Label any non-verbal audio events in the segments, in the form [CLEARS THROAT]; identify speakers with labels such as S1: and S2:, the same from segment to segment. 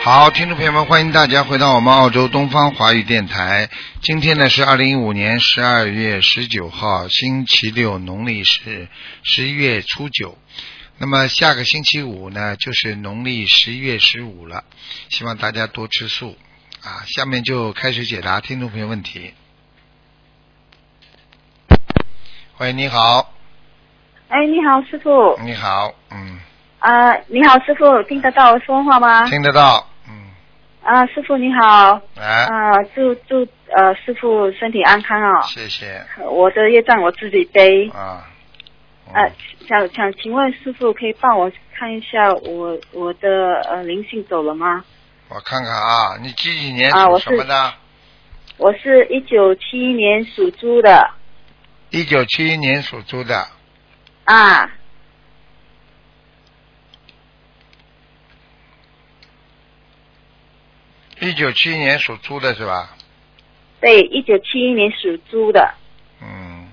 S1: 好，听众朋友们，欢迎大家回到我们澳洲东方华语电台。今天呢是二零一五年十二月十九号，星期六，农历是十一月初九。那么下个星期五呢，就是农历十一月十五了。希望大家多吃素啊！下面就开始解答听众朋友问题。喂，你好，
S2: 哎，你好，师傅。
S1: 你好，嗯，
S2: 啊、你好，师傅，听得到我说话吗？
S1: 听得到，哎嗯，
S2: 啊、师傅你好。
S1: 来，
S2: 啊、祝祝呃师傅身体安康哦。
S1: 谢谢
S2: 我的业障我自己背。
S1: 啊，嗯
S2: 呃，想想请问师傅，可以帮我看一下我我的呃灵性走了吗？
S1: 我看看啊，你几几年
S2: 啊
S1: 属
S2: 我是
S1: 什么的？
S2: 我是一九七一年属猪的
S1: 一九七一年属猪的，
S2: 啊，
S1: 一九七一年属猪的是吧？
S2: 对，一九七一年属猪的
S1: 嗯。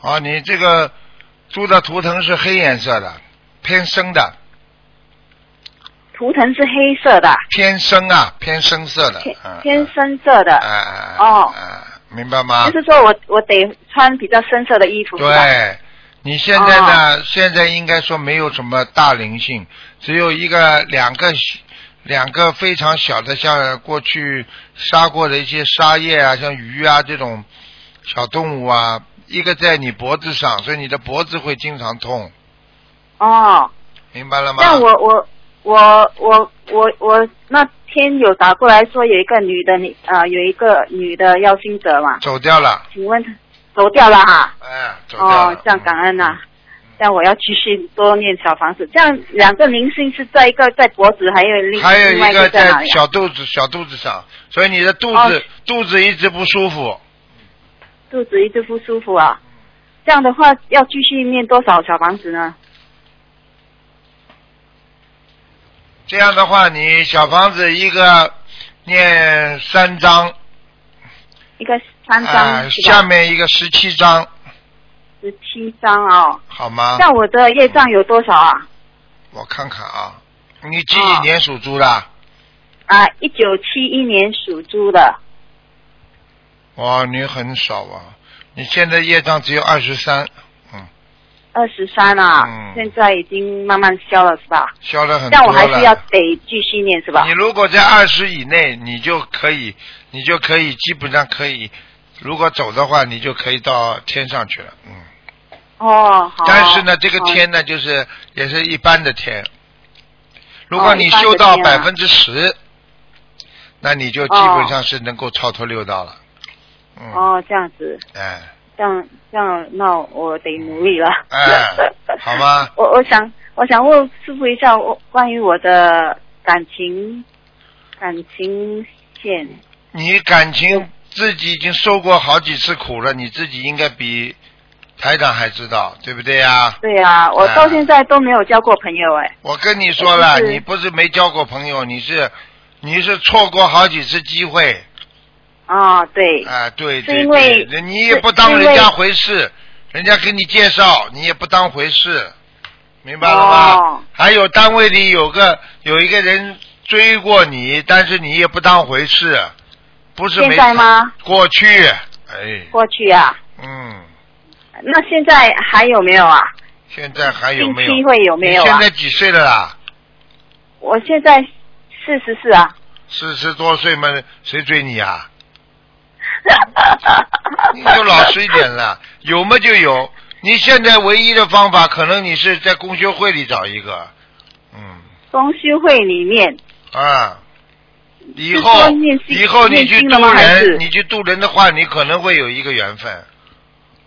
S1: 哦，你这个猪的图腾是黑颜色的，偏深的，
S2: 图腾是黑色的，
S1: 偏深啊，偏深色的
S2: 偏，
S1: 嗯
S2: 偏，深色的
S1: 嗯，嗯嗯，
S2: 哦
S1: 嗯，明白吗？
S2: 就是说我我得穿比较深色的衣服。是吧
S1: 对，你现在
S2: 啊
S1: 呢？现在应该说没有什么大灵性，只有一个两个小两个非常小的，像过去杀过的一些沙叶啊，像鱼啊这种小动物啊，一个在你脖子上，所以你的脖子会经常痛，
S2: 哦。
S1: 明白了吗？
S2: 但我我我我我我那天有打过来说有一个女的，你啊、有一个女的要心者嘛，
S1: 走掉了，
S2: 请问她走掉了哈？
S1: 哎，走掉了。嗯
S2: 哦，这样感恩呐、但我要继续多念小房子。这样两个灵性是在一个在脖子，还有另
S1: 还有
S2: 另外
S1: 一个
S2: 在哪
S1: 在
S2: 里啊？
S1: 小肚子小肚子上，所以你的肚子、
S2: 哦
S1: 肚子一直不舒服，
S2: 肚子一直不舒服啊。这样的话要继续念多少小房子呢？
S1: 这样的话，你小房子一个念三章，
S2: 一个三张、
S1: 啊、
S2: 是吧
S1: 下面一个十七章，
S2: 十七张哦。
S1: 好吗
S2: 这？样我的业障有多少啊？
S1: 我看看啊，你几几年属猪的？
S2: 啊，一九七一年属猪的。
S1: 哇，你很少啊！你现在业障只有二十三，嗯，
S2: 二十三啊，
S1: 嗯
S2: 现在已经慢慢消了是吧？
S1: 消了很多
S2: 但
S1: 了。
S2: 我还是要得继续念是吧
S1: 你？如果在二十以内，你就可以，你就可以基本上可以，如果走的话，你就可以到天上去了，嗯。
S2: 哦，好。
S1: 但是呢，这个
S2: 好
S1: 天呢，就是也是一般的天。如
S2: 哦
S1: 果你
S2: 一般的
S1: 修到百
S2: 天啊
S1: 分之十，那你就基本上是能够超脱六道了。嗯，
S2: 哦，这样子，
S1: 哎，
S2: 这样这样，那我得努力了。
S1: 哎好吗？
S2: 我我想我想问师傅一下，我关于我的感情感情线
S1: 你感情自己已经受过好几次苦了，你自己应该比台长还知道，对不对呀？
S2: 对啊，我
S1: 哎
S2: 到现在都没有交过朋友哎。
S1: 我跟你说了，
S2: 我就是
S1: 你不是没交过朋友，你是你是错过好几次机会。
S2: 啊，对，
S1: 啊，对
S2: 是
S1: 对
S2: 因
S1: 对，
S2: 为
S1: 人你也
S2: 是
S1: 不当
S2: 因
S1: 人
S2: 为
S1: 家回事，人家给你介绍，你也不当回事，明白了吗？
S2: 哦
S1: 还有单位里有个有一个人追过你，但是你也不当回事，不是
S2: 现
S1: 没
S2: 在吗？
S1: 过去，哎，
S2: 过去啊，
S1: 嗯，
S2: 那现在还有没有啊？
S1: 现在还有没有？
S2: 近期会有没有啊
S1: 你现在几岁了啊啦？
S2: 我现在四十四啊。
S1: 四十多岁嘛，谁追你
S2: [LAUGHS]
S1: 啊？你就老实一点了，有么就有。你现在唯一的方法，可能你是在公修会里找一个，嗯
S2: 公修会里面，
S1: 啊，以
S2: 是
S1: 后
S2: 说念经
S1: 以后你去
S2: 念经了
S1: 渡
S2: 吗还是
S1: 人，你去渡人的话，你可能会有一个缘分。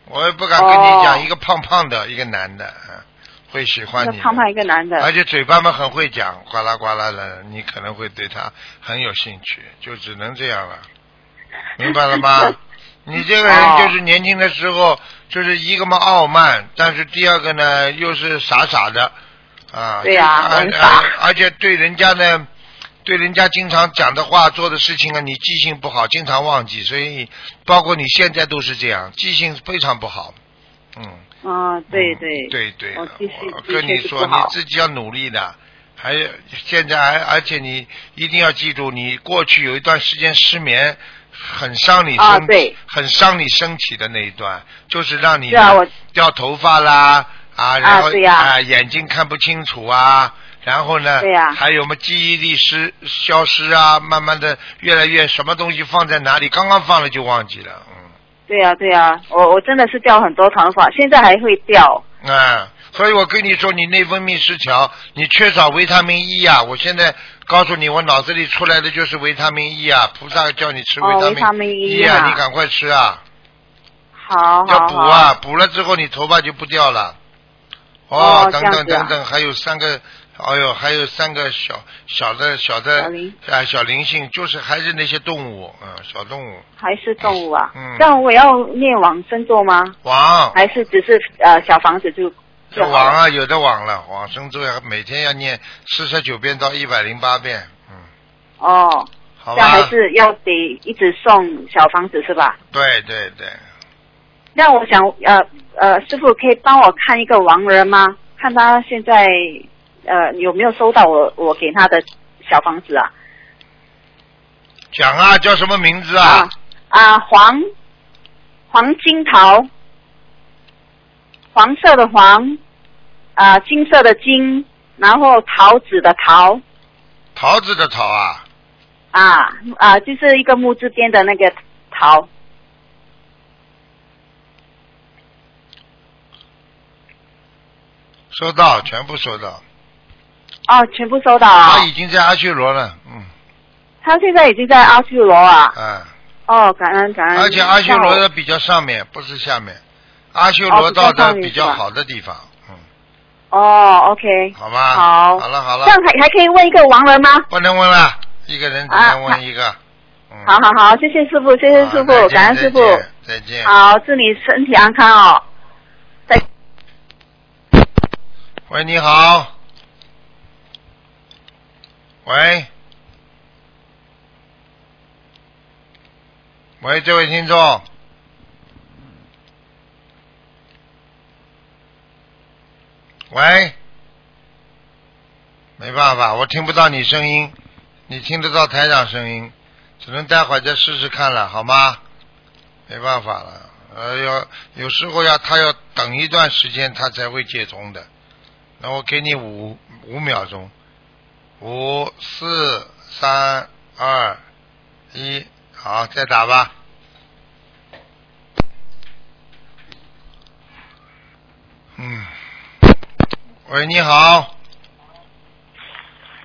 S1: 我也不敢跟你讲，
S2: 哦
S1: 一个胖胖的，一个男的，啊会喜
S2: 一
S1: 欢
S2: 个
S1: 你的，
S2: 胖胖一个男的
S1: 而，且嘴巴嘛很会讲，呱啦呱啦的，你可能会对他很有兴趣，就只能这样
S2: [LAUGHS]
S1: 了，明白了
S2: 哦
S1: 吗？你这个人就是年轻的时候，就是一个嘛傲慢，但是第二个呢又是傻傻的，啊，
S2: 对呀
S1: 而
S2: 我很
S1: 而
S2: 傻
S1: 而且对人家呢，对人家经常讲的话、做的事情啊，你记性不好，经常忘记，所以包括你现在都是这样，记性非常不好，嗯，
S2: 嗯，对对。
S1: 对对，
S2: 我继续
S1: 我
S2: 的
S1: 跟
S2: 确
S1: 你
S2: 是
S1: 说，
S2: 不好
S1: 你自己要努力的。还有现在还而且你一定要记住，你过去有一段时间失眠，很伤你身、
S2: 啊对
S1: 很伤你身体的那一段，就是让你
S2: 是啊，我
S1: 掉头发啦啊，然后
S2: 对呀
S1: 眼睛看不清楚啊，然后呢，
S2: 对呀
S1: 还有嘛记忆力失消失啊，慢慢的越来越什么东西放在哪里，刚刚放了就忘记了，
S2: 对呀、对呀、我我真的是掉很多头发，现在还会掉。
S1: 嗯啊，所以我跟你说，你内分泌失调，你缺少维他命 E 啊，我现在告诉你，我脑子里出来的就是维他命 E 啊，菩萨叫你吃
S2: 哦
S1: 维
S2: 维他命 E 啊
S1: 你赶快吃啊，
S2: 好好
S1: 要
S2: 好。
S1: 补啊，补了之后你头发就不掉了。
S2: 哦
S1: 等
S2: 这样
S1: 等
S2: 子啊
S1: 等等，还有三个，哎呦，还有三个小小的小的
S2: 小灵
S1: 啊小灵性，就是还是那些动物啊、嗯小动物
S2: 还是动物啊？
S1: 嗯
S2: 这样我要念往生咒吗？
S1: 网，
S2: 还是只是呃小房子就
S1: 这
S2: 就好
S1: 网
S2: 了？
S1: 啊有的网了，往生咒要每天要念四十九遍到一百零八遍，嗯，
S2: 哦，
S1: 好
S2: 这样还
S1: 吧，
S2: 是要得一直送小房子是吧？
S1: 对对对，
S2: 那我想呃呃，师傅可以帮我看一个亡人吗？看他现在呃有没有收到我我给他的小房子啊？
S1: 讲啊，叫什么名字啊
S2: 啊？啊，黄黄金桃，黄色的黄，啊，金色的金，然后桃子的桃，
S1: 桃子的桃啊，
S2: 啊啊，就是一个木字边的那个桃，
S1: 收到，全部收到，
S2: 哦，全部收到啊
S1: 他。已经在阿修罗了，嗯
S2: 他现在已经在阿修罗啊，
S1: 啊。
S2: 哦，感恩感恩。
S1: 而且阿修罗
S2: 那我
S1: 的比较上面，不是下
S2: 哦
S1: 面。阿修罗到的比较好的地方，嗯，
S2: 哦，OK，
S1: 好吗？
S2: 好
S1: 好了好
S2: 这
S1: 了，
S2: 样还还可以问一个亡人吗？
S1: 不能问了，一个人只
S2: 啊
S1: 能问一个。嗯，
S2: 好好好，谢谢师傅，谢谢
S1: 好
S2: 师
S1: 再
S2: 傅，
S1: 见
S2: 感恩师傅。
S1: 再见再见。
S2: 好，祝你身体安康哦。再
S1: 喂，你好。喂。喂，这位听众。喂。没办法，我听不到你声音，你听得到台长声音，只能待会儿再试试看了，好吗？没办法了，呃，要有时候要他要等一段时间，他才会接通的。那我给你五五秒钟，五四三二一，好，再打吧。嗯，喂，你好，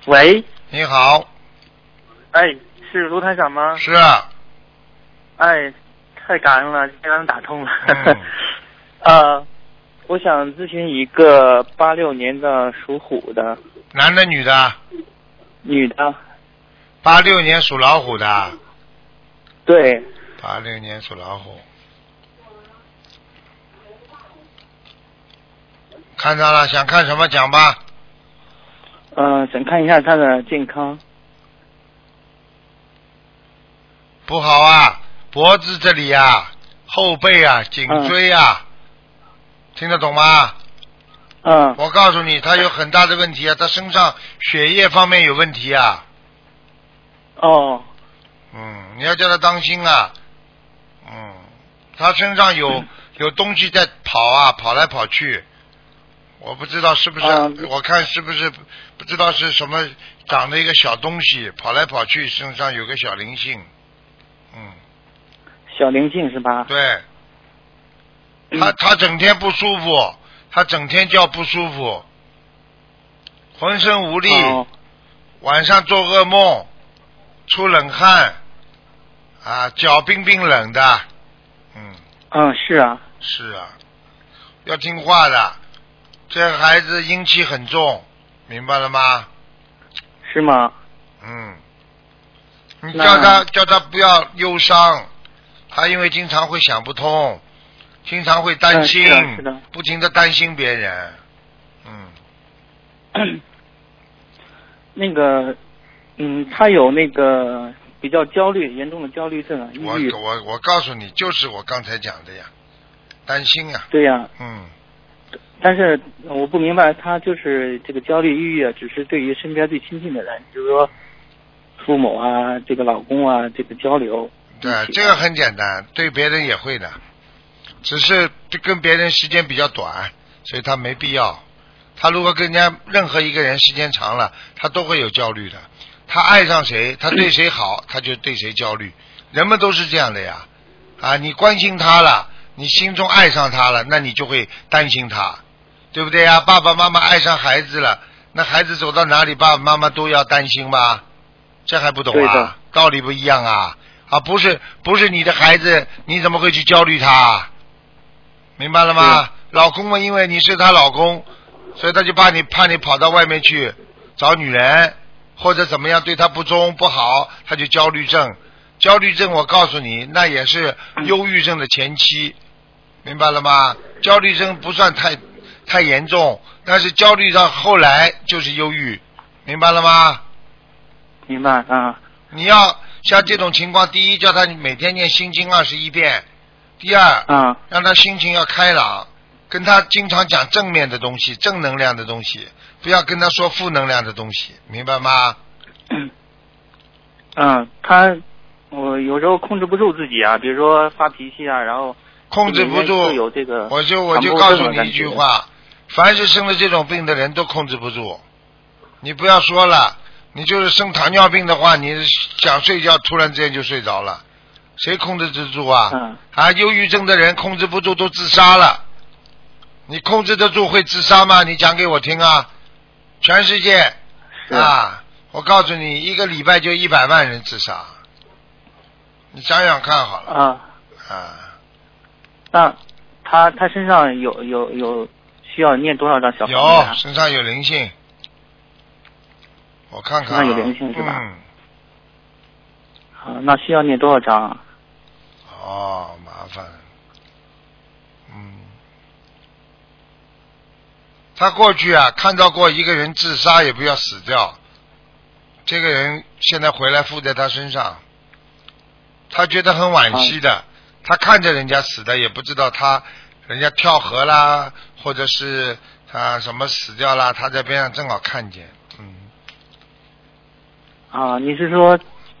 S3: 喂，
S1: 你好，
S3: 哎，是卢台长吗？
S1: 是啊，
S3: 哎，太感恩了，刚刚打通了。
S1: 嗯
S3: [LAUGHS] 呃，我想咨询一个八六年的属虎的
S1: 男的女的？
S3: 女的，
S1: 八六年属老虎的。
S3: 对，
S1: 八六年属老虎，看到了，想看什么讲吧。
S3: 嗯、想看一下她的健康。
S1: 不好啊，脖子这里啊，后背啊，颈椎啊，听得懂吗？
S3: 嗯，
S1: 我告诉你，他有很大的问题啊，他身上血液方面有问题啊。
S3: 哦，
S1: 嗯，你要叫他当心啊。嗯，他身上有、
S3: 嗯
S1: 有东西在跑啊，跑来跑去。我不知道是不是，
S3: 嗯
S1: 我看是不是不知道是什么长了一个小东西，跑来跑去，身上有个小灵性。嗯，
S3: 小灵性是吧？
S1: 对。
S3: 嗯
S1: 他他整天不舒服，他整天叫不舒服，浑身无力，
S3: 哦，
S1: 晚上做噩梦，出冷汗，啊，脚冰冰冷的，嗯，
S3: 嗯，是啊，
S1: 是啊，要听话的，这孩子阴气很重，明白了吗？
S3: 是吗？
S1: 嗯，你
S3: 那
S1: 叫他叫他不要忧伤，他因为经常会想不通，经常会担
S3: 嗯
S1: 心，
S3: 是的是的
S1: 不停的担心别人，嗯，
S3: [COUGHS] 那个，嗯，她有那个比较焦虑，严重的焦虑症啊，抑
S1: 我
S3: 郁。
S1: 我我告诉你，就是我刚才讲的呀，担心呀、啊
S3: 对呀、
S1: 嗯，
S3: 但是我不明白，他就是这个焦虑、抑郁啊，只是对于身边最亲近的人，比如说父母啊、这个老公啊，这个交流。啊
S1: 对，呃这个很简单，对别人也会的，只是跟别人时间比较短，所以他没必要。他如果跟人家任何一个人时间长了，他都会有焦虑的。他爱
S3: [CLEARS THROAT]
S1: 上谁，他对谁好，他就对谁焦虑。人们都是这样的呀，啊，你关心他了，你心中爱上他了，那你就会担心他，对不对呀？爸爸妈妈爱上孩子了，那孩子走到哪里，爸爸妈妈都要担心吧？这还不懂
S3: 对的
S1: 啊？道理不一样啊！啊，不是不是你的孩子，你怎么会去焦虑他啊？明白了吗？老公嘛，因为你是她老公，所以他就怕你怕你跑到外面去找女人，或者怎么样对他不忠不好，他就焦虑症。焦虑症，我告诉你，那也是忧郁症的前期，明白了吗？焦虑症不算太太严重，但是焦虑到后来就是忧郁，明白了吗？
S3: 明白啊？
S1: 你要像这种情况，第一叫他每天念心经二十一遍，第二
S3: 啊，
S1: 让他心情要开朗，跟他经常讲正面的东西、正能量的东西，不要跟他说负能量的东西，明白吗？
S3: 嗯，他我有时候控制不住自己啊，比如说发脾气啊，然后
S1: 控制不
S3: 里面
S1: 住
S3: 会，有这个，
S1: 我就我就
S3: 强迫
S1: 告
S3: 症
S1: 诉
S3: 的
S1: 你
S3: 感
S1: 一
S3: 觉
S1: 句话：凡是生了这种病的人都控制不住。你不要说了，你就是生糖尿病的话，你想睡觉突然之间就睡着了，谁控制得住啊？
S3: 嗯
S1: 啊，忧郁症的人控制不住都自杀了。你控制得住会自杀吗？你讲给我听啊！全世界
S3: 是
S1: 啊，我告诉你，一个礼拜就一百万人自杀，你想想看好了
S3: 啊，
S1: 啊！
S3: 那他他身上有有有需要念多少张小房子
S1: 有
S3: 啊？
S1: 嗯身上有灵性，我看看、啊，
S3: 身上有灵性是吧
S1: 嗯，
S3: 啊，那需要念多少张啊？
S1: 哦，麻烦，嗯，他过去啊看到过一个人自杀也不要死掉，这个人现在回来附在他身上，他觉得很惋惜的，他看着人家死的也不知道他人家跳河啦，或者是啊什么死掉啦，他在边上正好看见，嗯。
S3: 啊，你是说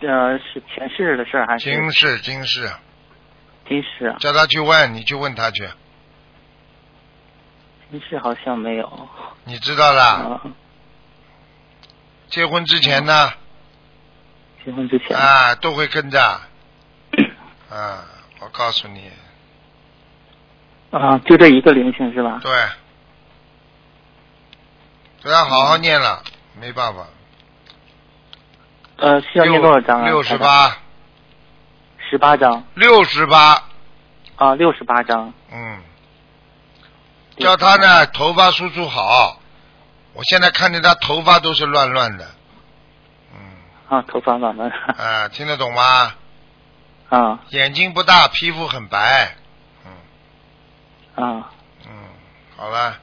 S3: 呃是前世的事儿还是
S1: 今世今世，啊
S3: 今世啊？
S1: 叫他去问，你去问他去，
S3: 今世好像没有
S1: 你知道啦。
S3: 啊，
S1: 结婚之前呢，
S3: 结婚之前
S1: 啊，都会跟着。啊，我告诉你，
S3: 啊，就这一个灵性是吧？
S1: 对，对他好好念了，没办法。
S3: 呃，需要念多少张啊？
S1: 六十。八，
S3: 十八张
S1: 六十八，
S3: 啊，六十八张。
S1: 嗯，叫他呢头发梳梳好。我现在看见他头发都是乱乱的，嗯，
S3: 啊，头发乱乱
S1: 啊，听得懂吗？
S3: 啊
S1: 眼睛不大，皮肤很白，嗯
S3: 啊，
S1: 嗯，好了，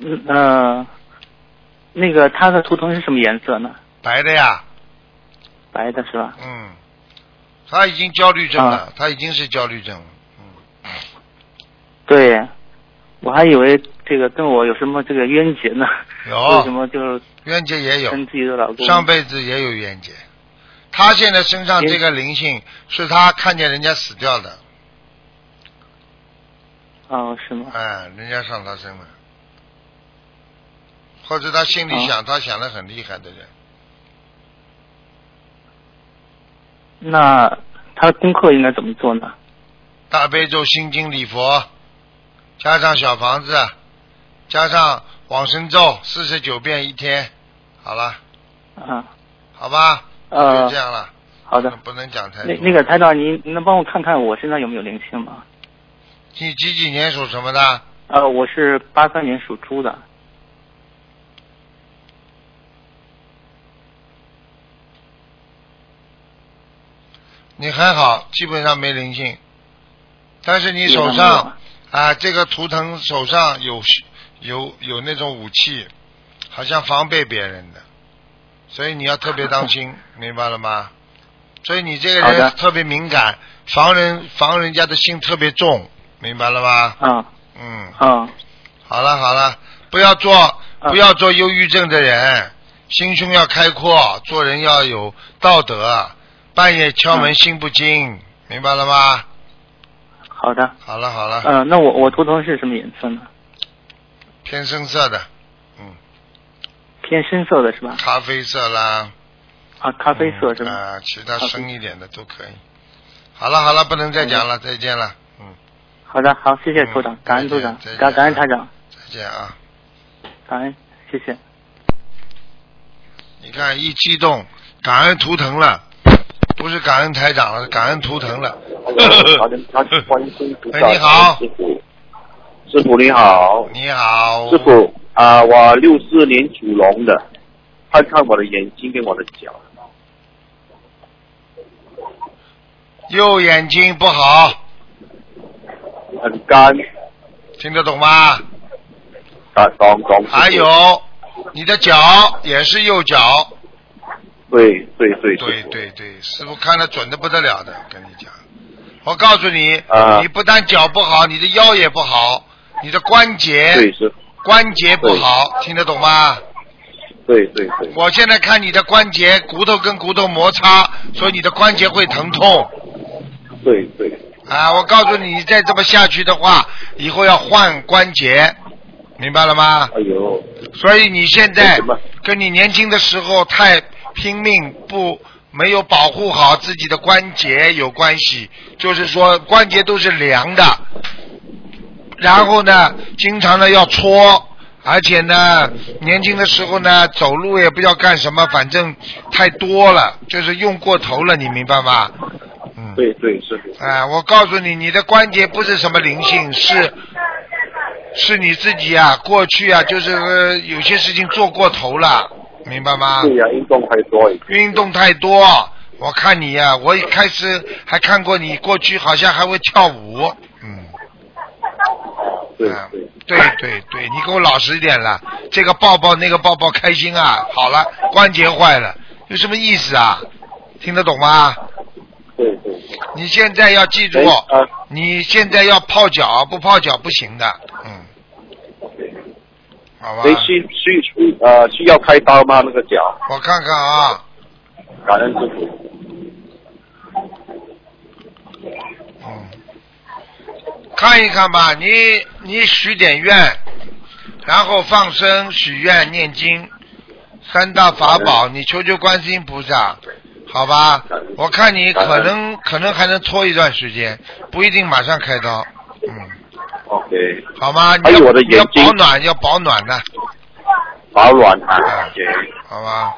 S3: 嗯呃，那个他的图腾是什么颜色呢？
S1: 白的呀，
S3: 白的是吧？
S1: 嗯，他已经焦虑症了，
S3: 啊
S1: 他已经是焦虑症了。
S3: 对，我还以为这个跟我有什么这个冤结呢， [LAUGHS] 为什
S1: 有
S3: 么就是
S1: 冤结也有，
S3: 跟自己的老公
S1: 上辈子也有冤结。他现在身上
S3: 冤
S1: 这个灵性是他看见人家死掉的，
S3: 哦是吗？
S1: 哎，人家上他身了，或者他心里
S3: 啊
S1: 想，他想的很厉害的人，
S3: 那他的功课应该怎么做呢？
S1: 大悲咒、心经、礼佛，加上小房子，加上往生咒四十九遍一天，好了，
S3: 啊，
S1: 好吧，就
S3: 呃
S1: 这，样了，
S3: 好的。
S1: 不能讲太多
S3: 那。那个台长，您您能帮我看看我身上有没有灵性吗？
S1: 你几几年属什么的？
S3: 呃，我是八三年属猪的，
S1: 你还好，基本上没灵性，但是你
S3: 有
S1: 手
S3: 没有
S1: 上啊，这个图腾手上有有有那种武器，好像防备别人的，所以你要特别
S3: [LAUGHS]
S1: 当心，明白了吗？所以你这个
S3: 好的
S1: 人特别敏感，防人防人家的心特别重，明白了吗？
S3: 啊
S1: 嗯，
S3: 啊
S1: 不要做不要做忧郁症的人，心胸要开阔，做人要有道德，半夜敲门心不惊，明白了吗？
S3: 好的，
S1: 好了好了，
S3: 呃，那我我图腾是什么颜色呢？
S1: 偏深色的，嗯，
S3: 偏深色的是吧？
S1: 咖啡色啦，
S3: 啊，咖啡色是
S1: 嗯
S3: 吧？
S1: 啊，其他
S3: 咖啡
S1: 深一点的都可以。好了好了，不能再讲了，再见了，嗯，
S3: 好的，好，谢谢组长
S1: 嗯，
S3: 感恩组长
S1: 再见，
S3: 感感恩
S1: 再
S3: 台
S1: 见
S3: 长，
S1: 再见啊。
S3: 感恩，谢谢。
S1: 你看一激动，感恩图腾了，不是感恩台长了，感恩图腾了。
S4: 好的，好的，欢迎读
S1: 哎你好
S4: 师傅，师傅你好，
S1: 你好，
S4: 师傅啊、我六四年属龙的，看看我的眼睛跟我的脚，
S1: 右眼睛不好，
S4: 很干，
S1: 听得懂吗？
S4: 啊，懂懂。
S1: 还有你的脚也是右脚，
S4: 对对对
S1: 对
S4: 师傅
S1: 对对，师傅看得准的不得了的，跟你讲，我告诉你，
S4: 啊
S1: 你不但脚不好，你的腰也不好，你的关
S4: 对
S1: 节
S4: 师傅，
S1: 关节不好，听得懂吗？
S4: 对对对，
S1: 我现在看你的关节骨头跟骨头摩擦，所以你的关节会疼痛。
S4: 对对
S1: 啊，我告诉你，你再这么下去的话，以后要换关节，明白了吗？
S4: 哎呦，
S1: 所以你现在
S4: 为什么
S1: 跟你年轻的时候太拼命不没有保护好自己的关节有关系，就是说关节都是凉的，然后呢，经常呢要搓，而且呢，年轻的时候呢走路也不知道干什么，反正太多了，就是用过头了，你明白吗？嗯。
S4: 对对师傅，
S1: 哎，我告诉你，你的关节不是什么灵性，是是你自己啊，过去啊，就是、呃有些事情做过头了，明白吗？
S4: 对呀、运动太多已经，
S1: 运动太多，我看你呀、我一开始还看过你过去好像还会跳舞，嗯，
S4: 对
S1: 啊
S4: 对，
S1: 对对对，你给我老实一点了，这个抱抱那个抱抱开心啊，好了，关节坏了，有什么意思啊？听得懂吗？
S4: 对对。
S1: 你现在要记住，
S4: 哎啊，
S1: 你现在要泡脚，不泡脚不行的，嗯，好吧
S4: 谁，需需需呃需要开刀吗？那个脚，
S1: 我看看啊，
S4: 感恩师傅，
S1: 嗯，看一看吧，你你许点愿，然后放生、许愿、念经，三大法宝，你求求观世音菩萨，好吧？我看你可能可能还能拖一段时间，不一定马上开刀，嗯，
S4: ，OK，
S1: 好吗？你
S4: 还有
S1: 要
S4: 我的
S1: 你要
S4: 眼睛
S1: 保暖，要保暖的、
S4: 保暖啊
S1: 啊
S4: ，OK。
S1: 好吧？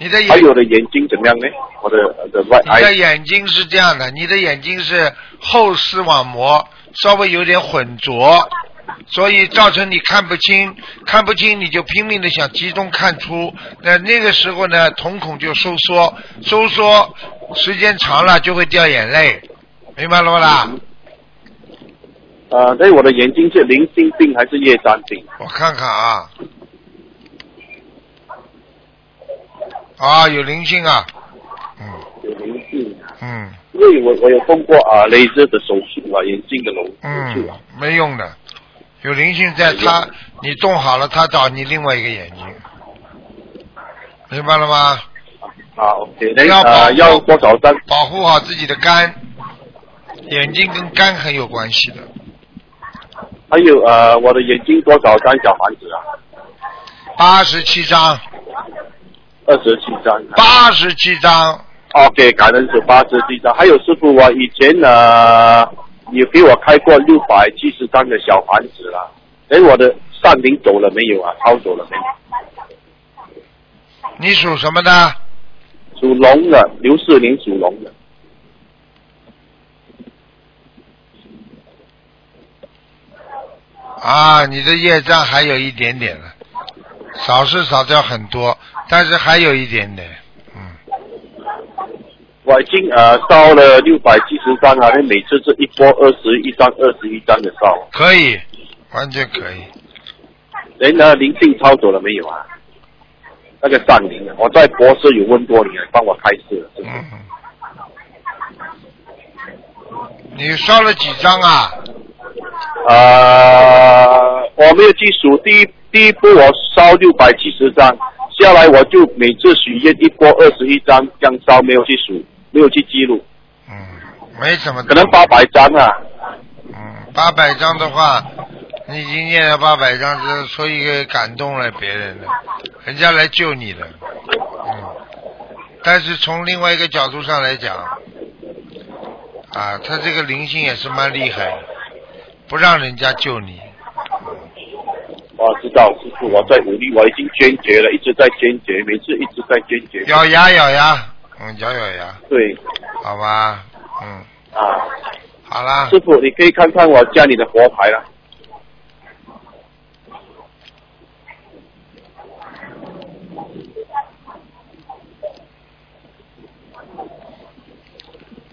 S1: 你的眼
S4: 还有我的眼睛怎么样呢？我的我的外
S1: 你的
S4: 哎，
S1: 眼睛是这样的，你的眼睛是后视网膜稍微有点混浊，所以造成你看不清，看不清你就拼命的想集中看出，那那个时候呢，瞳孔就收缩，收缩时间长了就会掉眼泪，明白了不啦？
S4: 呃，对，我的眼睛是灵性病还是业障病？
S1: 我看看啊，啊，有灵性啊，嗯
S4: 有灵性啊，
S1: 嗯
S4: 因为我我有动过啊雷射的手术啊，眼睛的手手术
S1: 嗯
S4: 啊，，
S1: 没用的，有灵性在
S4: 没用
S1: 他，你动好了，他找你另外一个眼睛，明白了吗？
S4: 啊，OK，那
S1: 嗯要保
S4: 啊要多少张？
S1: 保护好自己的肝，眼睛跟肝很有关系的。
S4: 还有呃，我的眼睛多少张小房子啊？
S1: 八十七张，
S4: 二十七张啊。
S1: 八十七张，
S4: OK，感恩是八十七张。还有师傅，我以前呢，也给我开过六百七十张的小房子了。哎，我的善灵走了没有啊？抄走了没有？
S1: 你属什么的？
S4: 属龙的，刘四林属龙的。
S1: 啊，你的业障还有一点点了，少是少掉很多，但是还有一点点，嗯，
S4: 我已经呃烧了六百七十张啊，那每次是一波二十一张、二十一张的烧。
S1: 可以，完全可以。
S4: 人呢，灵性抄走了没有啊？那个善灵啊，我在博士有问过你啊，帮我开示了。
S1: 嗯，你烧了几张啊？
S4: 啊、我没有去数，第一第一波我烧六百七十张，下来我就每次许愿一波二十一张，这样烧没有去数，没有去记录，
S1: 嗯，没怎么，
S4: 可能八，百张啊。
S1: 嗯，八百张的话，你已经念了八百张，这所以感动了别人了，人家来救你了，嗯，但是从另外一个角度上来讲，啊，他这个灵性也是蛮厉害的，不让人家救你，
S4: 我知道，师傅，我在努力，我已经坚决了，一直在坚决，每次一直在坚决。
S1: 咬牙咬牙，嗯，咬咬牙，
S4: 对
S1: 好吧，嗯，
S4: 啊，
S1: 好啦，
S4: 师傅，你可以看看我家里的佛牌了。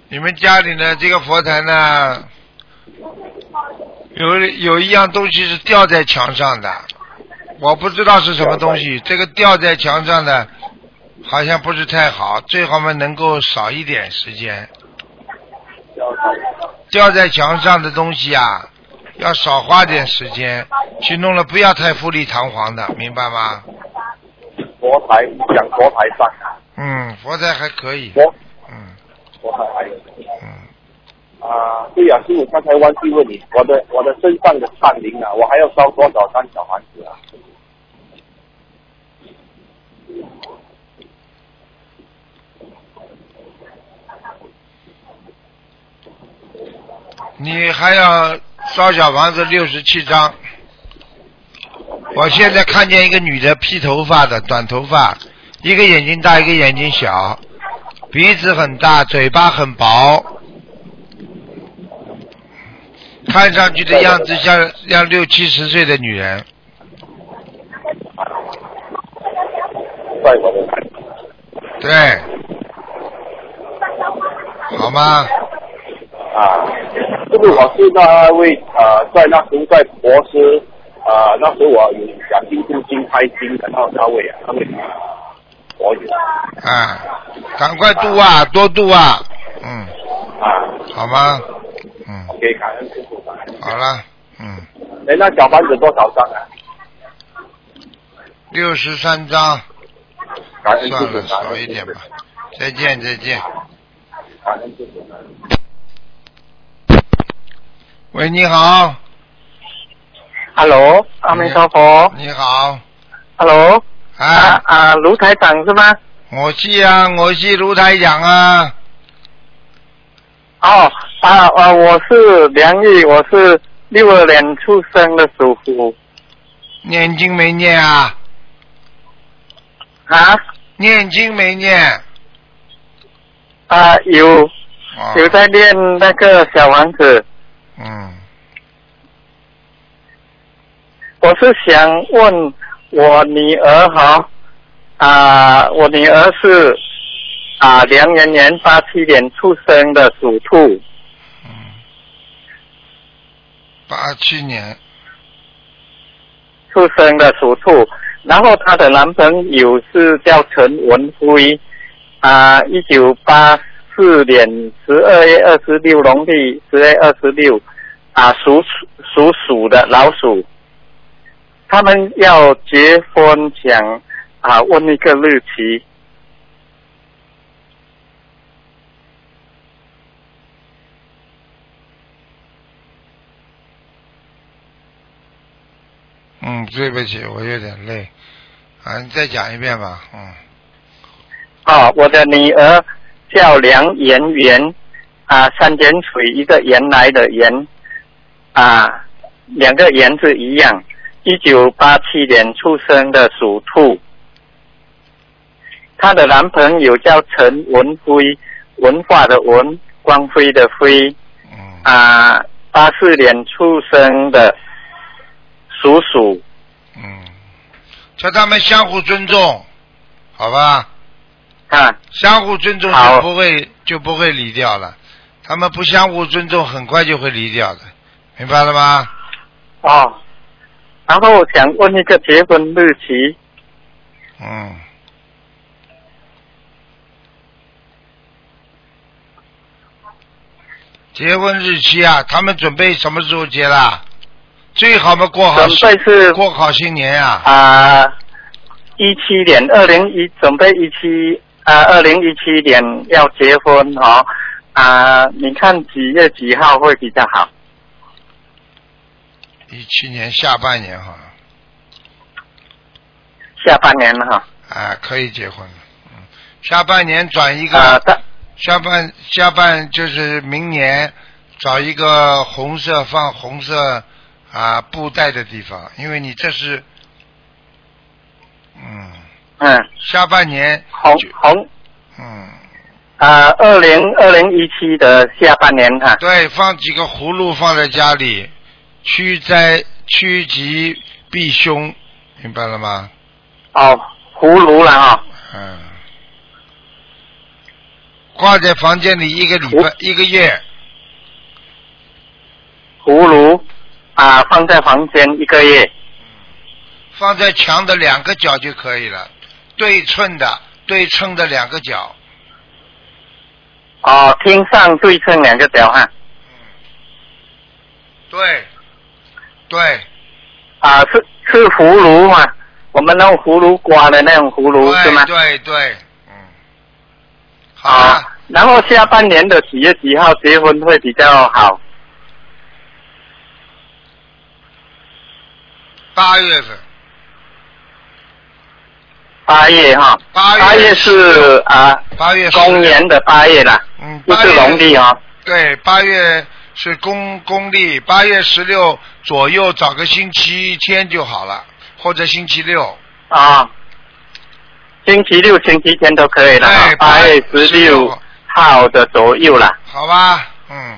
S1: 你们家里呢这个佛台呢，有有一样东西是吊在墙上的，我不知道是什么东西。这个吊在墙上的，好像不是太好，最好嘛能够少一点时间。吊在墙上的东西啊，要少花点时间去弄了，不要太富丽堂皇的，明白吗？
S4: 佛牌，讲佛牌上，
S1: 嗯，佛台还可以，
S4: 佛
S1: 嗯
S4: 佛牌还有。
S1: 嗯。
S4: 啊，对呀、啊，师傅，刚才忘记问你，我的我的身上的忏灵啊，我还要烧多少张小房子啊？
S1: 你还要烧小房子六十七张。我现在看见一个女的，披头发的，短头发，一个眼睛大，一个眼睛小，鼻子很大，嘴巴很薄，看上去的样子像像六七十岁的女人。
S4: 在我的
S1: 对，好吗？
S4: 啊，师傅，我是那位啊，在那时候在博斯啊，那时候我有讲印度经拍经的那那位啊，那位佛友
S1: 啊，赶快度啊，多度啊，嗯，
S4: 啊
S1: 好吗？嗯，
S4: ，OK，感恩师傅。感恩
S1: 好了，嗯，
S4: 哎，那小房子多少张啊？
S1: 六十三张。
S4: 感恩师
S1: 算
S4: 傅
S1: 了，，少一点吧。再见，再见。
S4: 感恩师傅。感恩师
S1: 喂，你好。
S5: Hello，阿弥陀佛。
S1: 你好，
S5: Hello，啊
S1: 哎，
S5: 啊，卢台长是吗？
S1: 我是啊，我是卢台长啊。
S5: 哦，啊啊，我是梁毅，我是六二年出生的属虎
S1: 念经没念啊？
S5: 啊
S1: 念经没念？
S5: 啊，有
S1: 哦，
S5: 有在练那个小王子。
S1: 嗯，
S5: 我是想问我女儿哈，啊，我女儿是啊两年年八七年出生的属兔，
S1: 嗯八七年，
S5: 出生的属兔，然后她的男朋友是叫陈文辉，啊、1一九八四年十二月二十六，农历十月二十六，啊，属属鼠的老鼠，他们要结婚想啊、问一个日期，
S1: 嗯，对不起，我有点累，啊，你再讲一遍吧，嗯，
S5: 啊，我的女儿叫梁妍妍，啊，三点水一个原来的原，啊，两个言字一样。一九八七年出生的属兔，她的男朋友叫陈文辉，文化的文，光辉的辉，
S1: 嗯，
S5: 啊，八四年出生的属鼠，
S1: 嗯，叫他们相互尊重，好吧？
S5: 啊，
S1: 相互尊重就
S5: 好
S1: 不会就不会离掉了，他们不相互尊重，很快就会离掉的，明白了吗？
S5: 哦，然后想问一个结婚日期。
S1: 嗯，结婚日期啊，他们准备什么时候结啦？最好嘛过好
S5: 准备是
S1: 过好新年呀、
S5: 啊，一七年，二零一准备一七啊，二零一七年要结婚哦，啊，你看几月几号会比较好？
S1: 一七年下半年哈，
S5: 下半年哈、
S1: 啊，可以结婚了。嗯，下半年转一个，
S5: 啊，但
S1: 下半下半就是明年找一个红色放红色啊布袋的地方，因为你这是，嗯，
S5: 嗯，
S1: 下半年
S5: 红
S1: 就
S5: 红
S1: 嗯，
S5: 啊，二零二零一七的下半年哈、
S1: 对，放几个葫芦放在家里，驱灾趋吉避凶，明白了吗？
S5: 哦，葫芦了啊哈、
S1: 嗯，挂在房间里一个礼拜一个月，
S5: 葫芦啊，放在房间一个月
S1: 放在墙的两个角就可以了，对称的对称的两个角，
S5: 哦，天上对称两个角哈、啊
S1: 对，对
S5: 啊，是是葫芦嘛，我们那种葫芦瓜的那种葫芦是吗
S1: 对？对对，嗯，好
S5: 啊
S1: 了，，
S5: 然后下半年的几月几号结婚会比较好？
S1: 八月份，
S5: 八月哈，
S1: 八月
S5: 八月是啊，
S1: 八月十
S5: 公元的八月啦，
S1: 嗯，
S5: 不
S1: 八
S5: 是
S1: 月
S5: 农历哦。
S1: 对，八月是公公历，八月十六左右找个星期天就好了，或者星期六。
S5: 啊。星期六、星期天都可以了
S1: 哎
S5: 哈，八月十六号的左右啦。
S1: 好吧，嗯，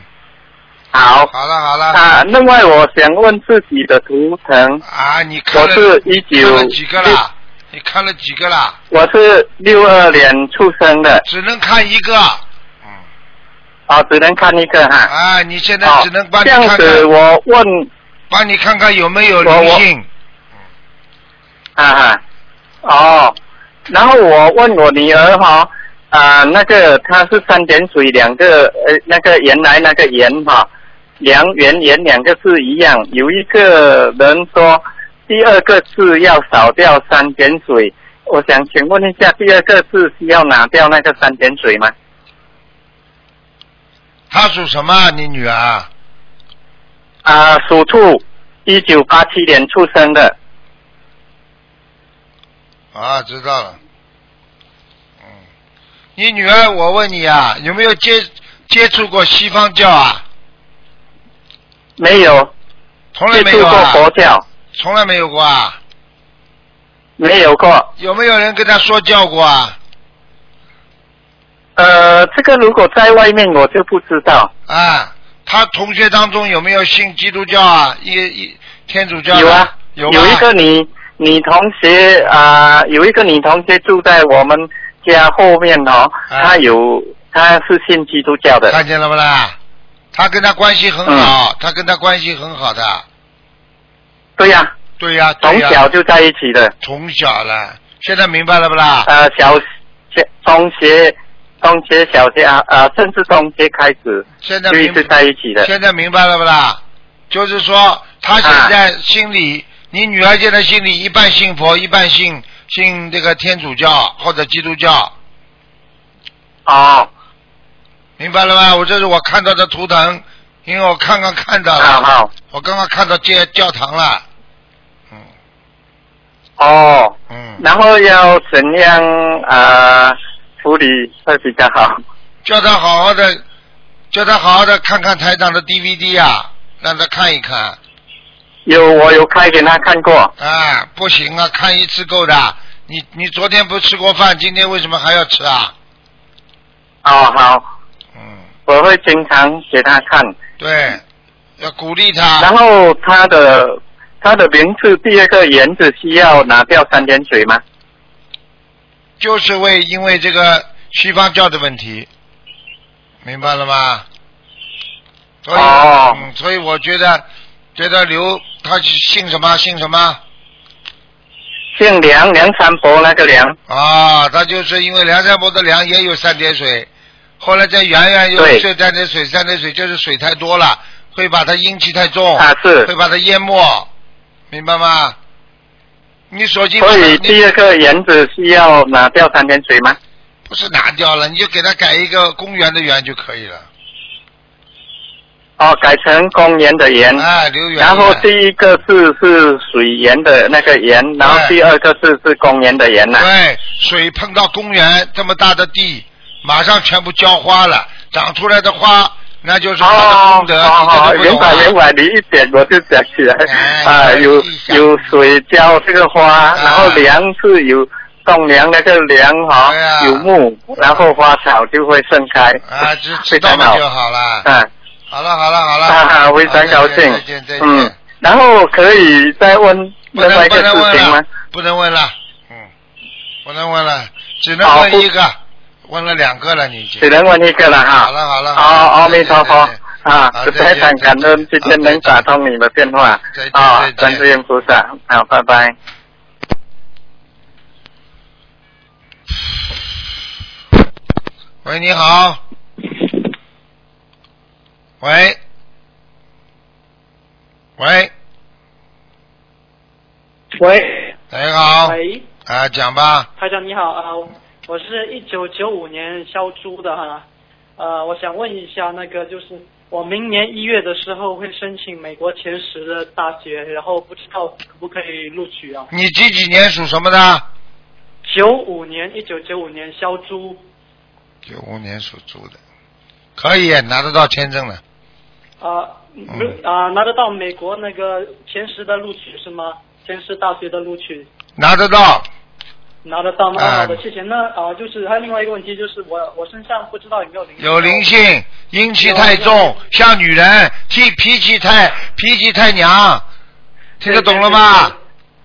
S5: 好
S1: 好了好了，
S5: 啊，另外我想问自己的图腾，
S1: 啊，你看
S5: 我
S1: 了
S5: 是一
S1: 看
S5: 九
S1: 了几个啦？你看了几个啦？
S5: 我是六二年出生的，
S1: 只能看一个，嗯，
S5: 哦，只能看一个哈。
S1: 啊，你现在
S5: 哦
S1: 只能帮你
S5: 这样
S1: 看
S5: 子，
S1: 看，
S5: 我问
S1: 帮你看看有没有
S5: 我
S1: 灵
S5: 我
S1: 性。
S5: 嗯啊哈，哦，然后我问我女儿哈、啊、那个她是三点水两个呃那个原来那个圆哈、两圆圆两个字一样，有一个人说第二个字要少掉三点水，我想请问一下，第二个字需要拿掉那个三点水吗？
S1: 她属什么啊？你女儿？
S5: 啊、属兔，一九八七年出生的。
S1: 啊，知道了。嗯，你女儿，我问你啊，有没有接接触过西方教啊？
S5: 没有
S1: 从来
S5: 接
S1: 没
S5: 触
S1: 有
S5: 过佛
S1: 啊，
S5: 教，
S1: 从来没有过啊。
S5: 没有过。
S1: 有没有人跟她说教过啊？
S5: 呃，这个如果在外面我就不知道。
S1: 啊，她同学当中有没有信基督教啊？一一天主教的
S5: 有啊，
S1: 有
S5: 有
S1: 吧
S5: 一个女女同学啊、有一个女同学住在我们家后面哦，
S1: 啊
S5: 她有她是信基督教的
S1: 看见了不啦？她跟她关系很好，
S5: 嗯
S1: 她跟她关系很好的。
S5: 对呀、
S1: 对呀、对
S5: 从
S1: 呀、
S5: 小就在一起的，
S1: 从小了，现在明白了不啦？
S5: 呃，小学、中学、中学、小学啊，呃，甚至中学开始
S1: 现在
S5: 就一
S1: 明白
S5: 直在一起的。
S1: 现在明白了不啦？就是说，他现
S5: 啊
S1: 在心里，你女儿现在心里一半信佛，一半信信这个天主教或者基督教，
S5: 哦，
S1: 明白了吗？我这是我看到的图腾，因为我刚刚看到
S5: 好
S1: 了，
S5: 啊好，
S1: 我刚刚看到教教堂了，嗯
S5: 哦。
S1: 嗯，
S5: 然后要怎样啊、呃处理会比较好？
S1: 叫他好好的，叫他好好的看看台长的 DVD 啊，让他看一看
S5: 有我有开给他看过，
S1: 啊，不行啊，看一次够的。你你昨天不吃过饭，今天为什么还要吃啊？
S5: 哦好，
S1: 嗯。
S5: 我会经常给他看。
S1: 对，要鼓励
S5: 然
S1: 他。
S5: 后他的他的名字第二个园子需要拿掉三点水吗？
S1: 就是为因为这个西方教的问题，明白了吗？所以，
S5: 哦
S1: 嗯，所以我觉得，觉得刘他姓什么姓什么
S5: 姓梁，梁山伯那个梁。
S1: 啊？他就是因为梁山伯的梁也有三点水，后来在圆圆又
S5: 对
S1: 是三点水，三点水就是水太多了，会把他阴气太重，
S5: 啊是
S1: 会，把他淹没，明白吗？你手机不
S5: 所以
S1: 是
S5: 第
S1: 你
S5: 二个园子需要拿掉三点水吗？
S1: 不是拿掉了，你就给他改一个公园的园就可以了。
S5: 哦，改成公园的园。
S1: 哎，留园。
S5: 然后第一个字是水源的那个源，然
S1: 哎
S5: 后第二个字是公园的啊园呐、
S1: 对，水碰到公园这么大的地，马上全部浇花了，长出来的花，那就是他的
S5: 哦
S1: 功，德，
S5: 哦，
S1: 你这都
S5: 原
S1: 不懂、啊
S5: 来。原来你一点我就想起来，
S1: 哎
S5: 啊，有
S1: 你想
S5: 有水浇这个花，然后粮是有栋梁那个梁哈
S1: 对啊，
S5: 有木，然后花草就会盛开。
S1: 啊，知知
S5: 非
S1: 道
S5: 常好
S1: 了就。好了。
S5: 啊，
S1: 好了好了好了。
S5: 哈哈，非常高兴
S1: 再见再见。再见。
S5: 嗯，然后可以再问
S1: 不
S5: 另外
S1: 能
S5: 一
S1: 不
S5: 个
S1: 能
S5: 事
S1: 问
S5: 情吗
S1: 了？，不能问了，嗯，不能问了，只能
S5: 好
S1: 问
S5: 不
S1: 一个，问了两个了，你已经
S5: 只。能问一个了哈。
S1: 好了好了，好了
S5: 好，阿弥陀佛
S1: 再见
S5: 啊
S1: 好！
S5: 非常感恩今天能打通你的电话
S1: 再见
S5: 啊
S1: 再见！
S5: 观世音菩萨，好，拜拜。
S1: 喂，你好。喂。喂，
S6: 喂，
S1: 你好，
S6: 喂，
S1: 啊，讲吧，
S6: 台长你好啊，我是一九九五年肖猪的哈、呃，我想问一下那个就是我明年一月的时候会申请美国前十的大学，然后不知道可不可以录取啊？
S1: 你几几年属什么的？
S6: 九五年，一九九五年肖猪，
S1: 九五年属猪的，可以拿得到签证了，
S6: 啊、
S1: 嗯
S6: 录啊、拿得到美国那个前十的录取是吗？前十大学的录取
S1: 拿得到，
S6: 拿得到吗？
S1: 哎
S6: 好的，谢谢。那啊、就是还有另外一个问题就是我我身上不知道有没有灵性
S1: 有灵性，阴气太重，像女人，脾脾气太脾气太娘，听得懂了吗？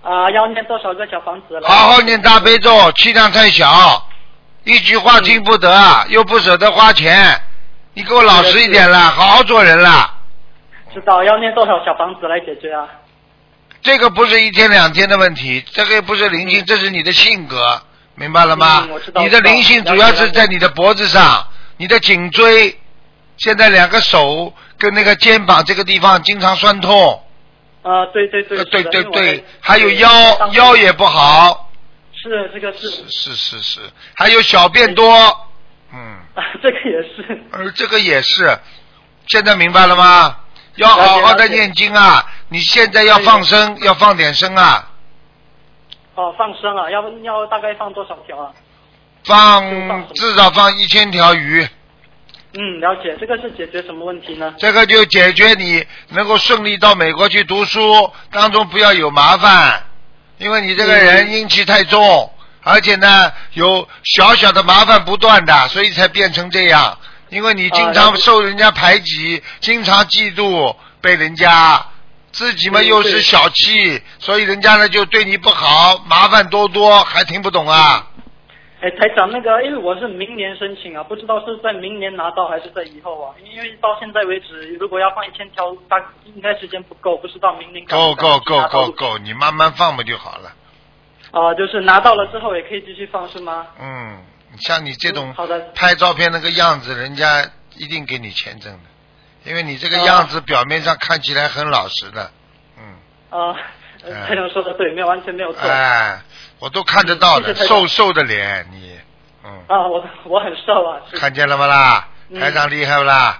S6: 啊、要念多少个小房子了？
S1: 好好念大悲咒，气量太小，一句话听不得，又不舍得花钱，你给我老实一点啦，好好做人啦。
S6: 知道要念多少小房子来解决啊？
S1: 这个不是一天两天的问题，这个也不是灵性，这是你的性格，明白了吗
S6: 嗯我知？道
S1: 你的灵性主要是在你的脖子上，你的颈椎，现在两个手跟那个肩膀这个地方经常酸痛，
S6: 啊，对对对，
S1: 呃
S6: 是
S1: 对
S6: 的因
S1: 对
S6: 为我
S1: 对
S6: 在，
S1: 还有
S6: 对
S1: 腰
S6: 当时
S1: 腰也不好，
S6: 是这个是，
S1: 是是是，还有小便多，嗯。
S6: 啊， [LAUGHS] 这个也是，
S1: 而这个也是，现在明白了吗？要好好的念经啊！你现在要放生，要放点生啊！
S6: 哦，放生啊，要不要大概放多少条啊？就放
S1: 放
S6: 生
S1: 至少放一千条鱼，
S6: 嗯，了解，这个是解决什么问题呢？
S1: 这个就解决你能够顺利到美国去读书当中不要有麻烦，因为你这个人阴气太重，而且呢有小小的麻烦不断的，所以才变成这样。因为你经
S6: 啊了
S1: 常
S6: 解
S1: 受人家排挤，经常嫉妒被人家，自己嘛
S6: 嗯
S1: 又是
S6: 对
S1: 小气，所以人家呢就对你不好，麻烦多多，还听不懂啊？
S6: 哎，台长，那个因为我是明年申请啊，不知道是在明年拿到还是在以后啊，因为到现在为止，如果要放一千条，大应该时间不够，不知道明年
S1: 够够够够
S6: 够
S1: 够，你慢慢放不就好了？
S6: 啊、就是拿到了之后也可以继续放是吗？
S1: 嗯，像你这种
S6: 嗯好的
S1: 拍照片那个样子，人家一定给你签证的，因为你这个
S6: 哦
S1: 样子表面上看起来很老实的，嗯，
S6: 啊、呃
S1: 哎
S6: 台长说的对，没有完全没有错。
S1: 哎，我都看得到的
S6: 嗯谢，谢台长
S1: 瘦瘦的脸，你，嗯，
S6: 啊，我我很瘦啊，是
S1: 看见了不啦？
S6: 嗯
S1: 台长厉害不啦？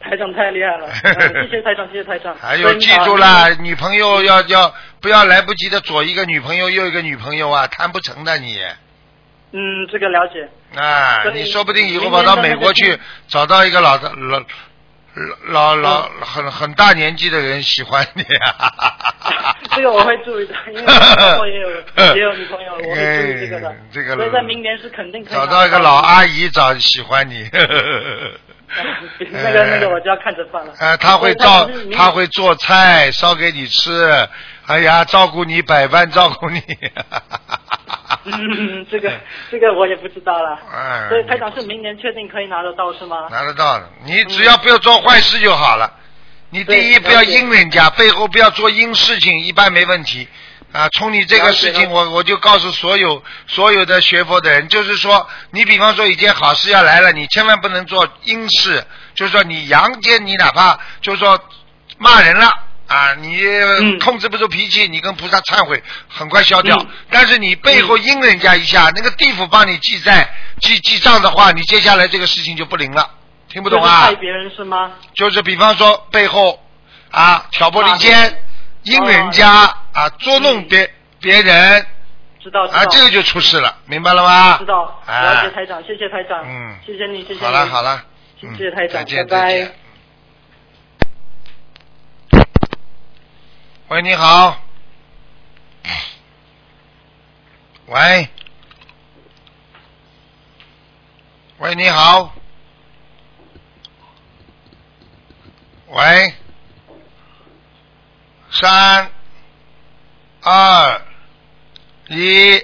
S6: 台长太厉害
S1: [LAUGHS]
S6: 了，嗯谢谢台长，谢谢台长。
S1: 还有
S6: 所以
S1: 记
S6: 你好
S1: 住啦，，女朋友要要不要来不及的左一个女朋友右一个女朋友啊，谈不成的你。
S6: 嗯，这个了解，
S1: 啊，
S6: 所以
S1: 你说不定以后
S6: 明
S1: 跑
S6: 年
S1: 到
S6: 的那
S1: 美
S6: 个
S1: 国
S6: 地。
S1: 去，找到一个老的老老老老很很大年纪的人喜欢你啊
S6: 这个我会注意的，因为我也有
S1: [LAUGHS]
S6: 也有女朋友，我会注意这个的
S1: 哎。这个
S6: 所以在明年是肯定可以
S1: 找到一个老
S6: 阿。
S1: 阿姨找喜欢你。 [LAUGHS]
S6: 那个那个，我就要看着办了。
S1: 哎呃，他
S6: 所以
S1: 会
S6: 他
S1: 照
S6: 只是，明
S1: 他会做菜，烧给你吃。哎呀，照顾你，百般照顾你。
S6: 嗯，这
S1: [LAUGHS]
S6: 个这个我也不知道了。
S1: 哎
S6: 所以台长是明年确定可以拿得到是吗？
S1: 拿得到的，你只要不要做坏事就好了。你第一
S6: 对
S1: 不要
S6: 了解
S1: 阴人家，背后不要做阴事情，一般没问题。啊，从你这个
S6: 了解
S1: 事情，
S6: 了
S1: 我我就告诉所有所有的学佛的人，就是说，你比方说一件好事要来了，你千万不能做阴事，就是说你阳间你哪怕就是说骂人了啊，你控制不住脾气，你跟菩萨忏悔，很快消掉。
S6: 嗯
S1: 但是你背后阴人家一下，那个地府帮你记债、记记账的话，你接下来这个事情就不灵了。听不懂
S6: 就
S1: 啊？
S6: 是害别人是吗？
S1: 就是比方说背后啊挑拨离间，阴人家啊捉弄别别人
S6: 知道哦嗯知道。
S1: 啊，这个就出事了，明白了吗？
S6: 知道，了
S1: 哎
S6: 解，台长，谢谢台长，
S1: 嗯
S6: 谢谢你，谢谢
S1: 好了好
S6: 了，
S1: 了，
S6: 谢
S1: 嗯
S6: 谢台长，
S1: 再见
S6: 拜
S1: 再
S6: 拜
S1: 见。喂，你好。喂。喂，你好。喂。三、二、一，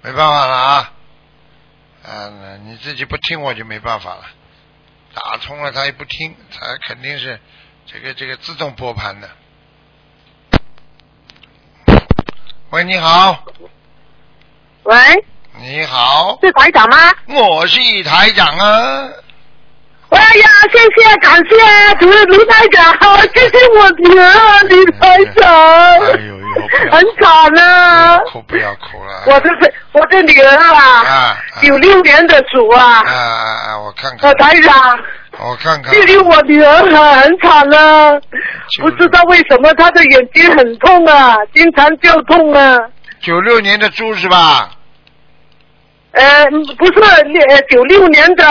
S1: 没办法了啊！啊，那你自己不听我就没办法了。打通了他也不听，他肯定是这个这个自动拨盘的。喂，你好，
S7: 喂，
S1: 你好，
S7: 是台长吗？
S1: 我是台长啊。
S7: 哎呀，谢谢，感谢主任卢台长，谢谢我女儿李台
S1: 哎
S7: 长，
S1: 呦呦，不要
S7: 很惨啊！
S1: 哭，不要哭了。
S7: 我的我的女儿啊，
S1: 啊
S7: 九六年的主
S1: 啊
S7: 啊，
S1: 啊啊！我看
S7: 呃
S1: 看，
S7: 台长，
S1: 我看看
S7: 距，离我女儿很很惨啊，不知道为什么她的眼睛很痛啊，经常就痛啊。
S1: 九六年的猪是吧？
S7: 呃，不是，呃，九六年的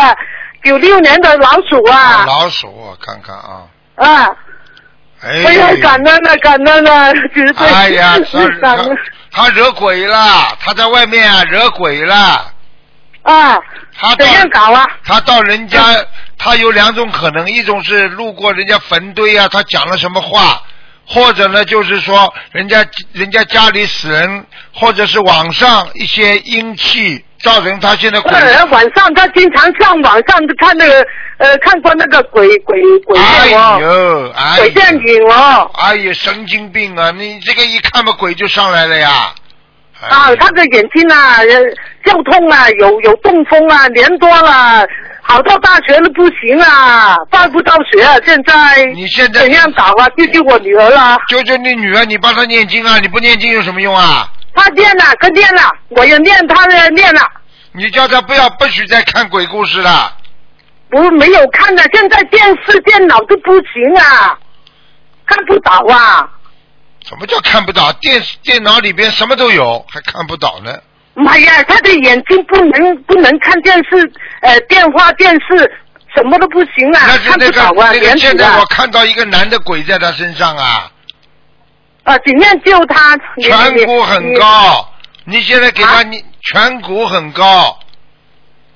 S7: 九六年的老鼠啊，
S1: 哦老鼠，我看看啊。
S7: 啊，
S1: 哎
S7: 哎呀，感恩了，感恩了，绝对，
S1: 哎
S7: [LAUGHS]
S1: 呀，他
S7: 感
S1: 他
S7: 恩
S1: 他惹鬼了，他在外面啊惹鬼了，
S7: 啊，
S1: 他到
S7: 怎样搞啊？
S1: 他到人家，他有两种可能，一种是路过人家坟堆啊，他讲了什么话，或者呢就是说人家人家家里死人，或者是网上一些阴气造成他现在鬼
S7: 或。者晚上他经常上网上看那个呃看过那个鬼鬼鬼
S1: 哎
S7: 片哦，
S1: 呦，哎
S7: 鬼电
S1: 呦，
S7: 影哦，
S1: 哎呦，神经病啊！你这个一看嘛，鬼就上来了呀。哎
S7: 啊，他的眼睛啊呃就痛啊，有有中风啊，年多了，考到大学了不行啊，报不到学啊，现在
S1: 你现在
S7: 怎样搞啊？救救我女儿啊！
S1: 就就你女儿，哎你帮她念经啊，你不念经有什么用啊？
S7: 他念了，他念了，我也念，他也念了。
S1: 你叫她不要不许再看鬼故事了。
S7: 不没有看的，现在电视、电脑都不行啊，看不到啊。
S1: 什么叫看不到？电视电脑里边什么都有，还看不到呢？
S7: 妈呀，他的眼睛不能不能看电视，呃，电话、电视什么都不行啊，
S1: 那是
S7: 看
S1: 那
S7: 不
S1: 个
S7: 到啊，
S1: 那个，
S7: 连
S1: 现
S7: 死
S1: 在
S7: 啊
S1: 我！看到一个男的鬼在她身上啊，
S7: 啊，怎样救他？你
S1: 颧骨很。高。你现在给他
S7: 啊
S1: 你颧骨很高，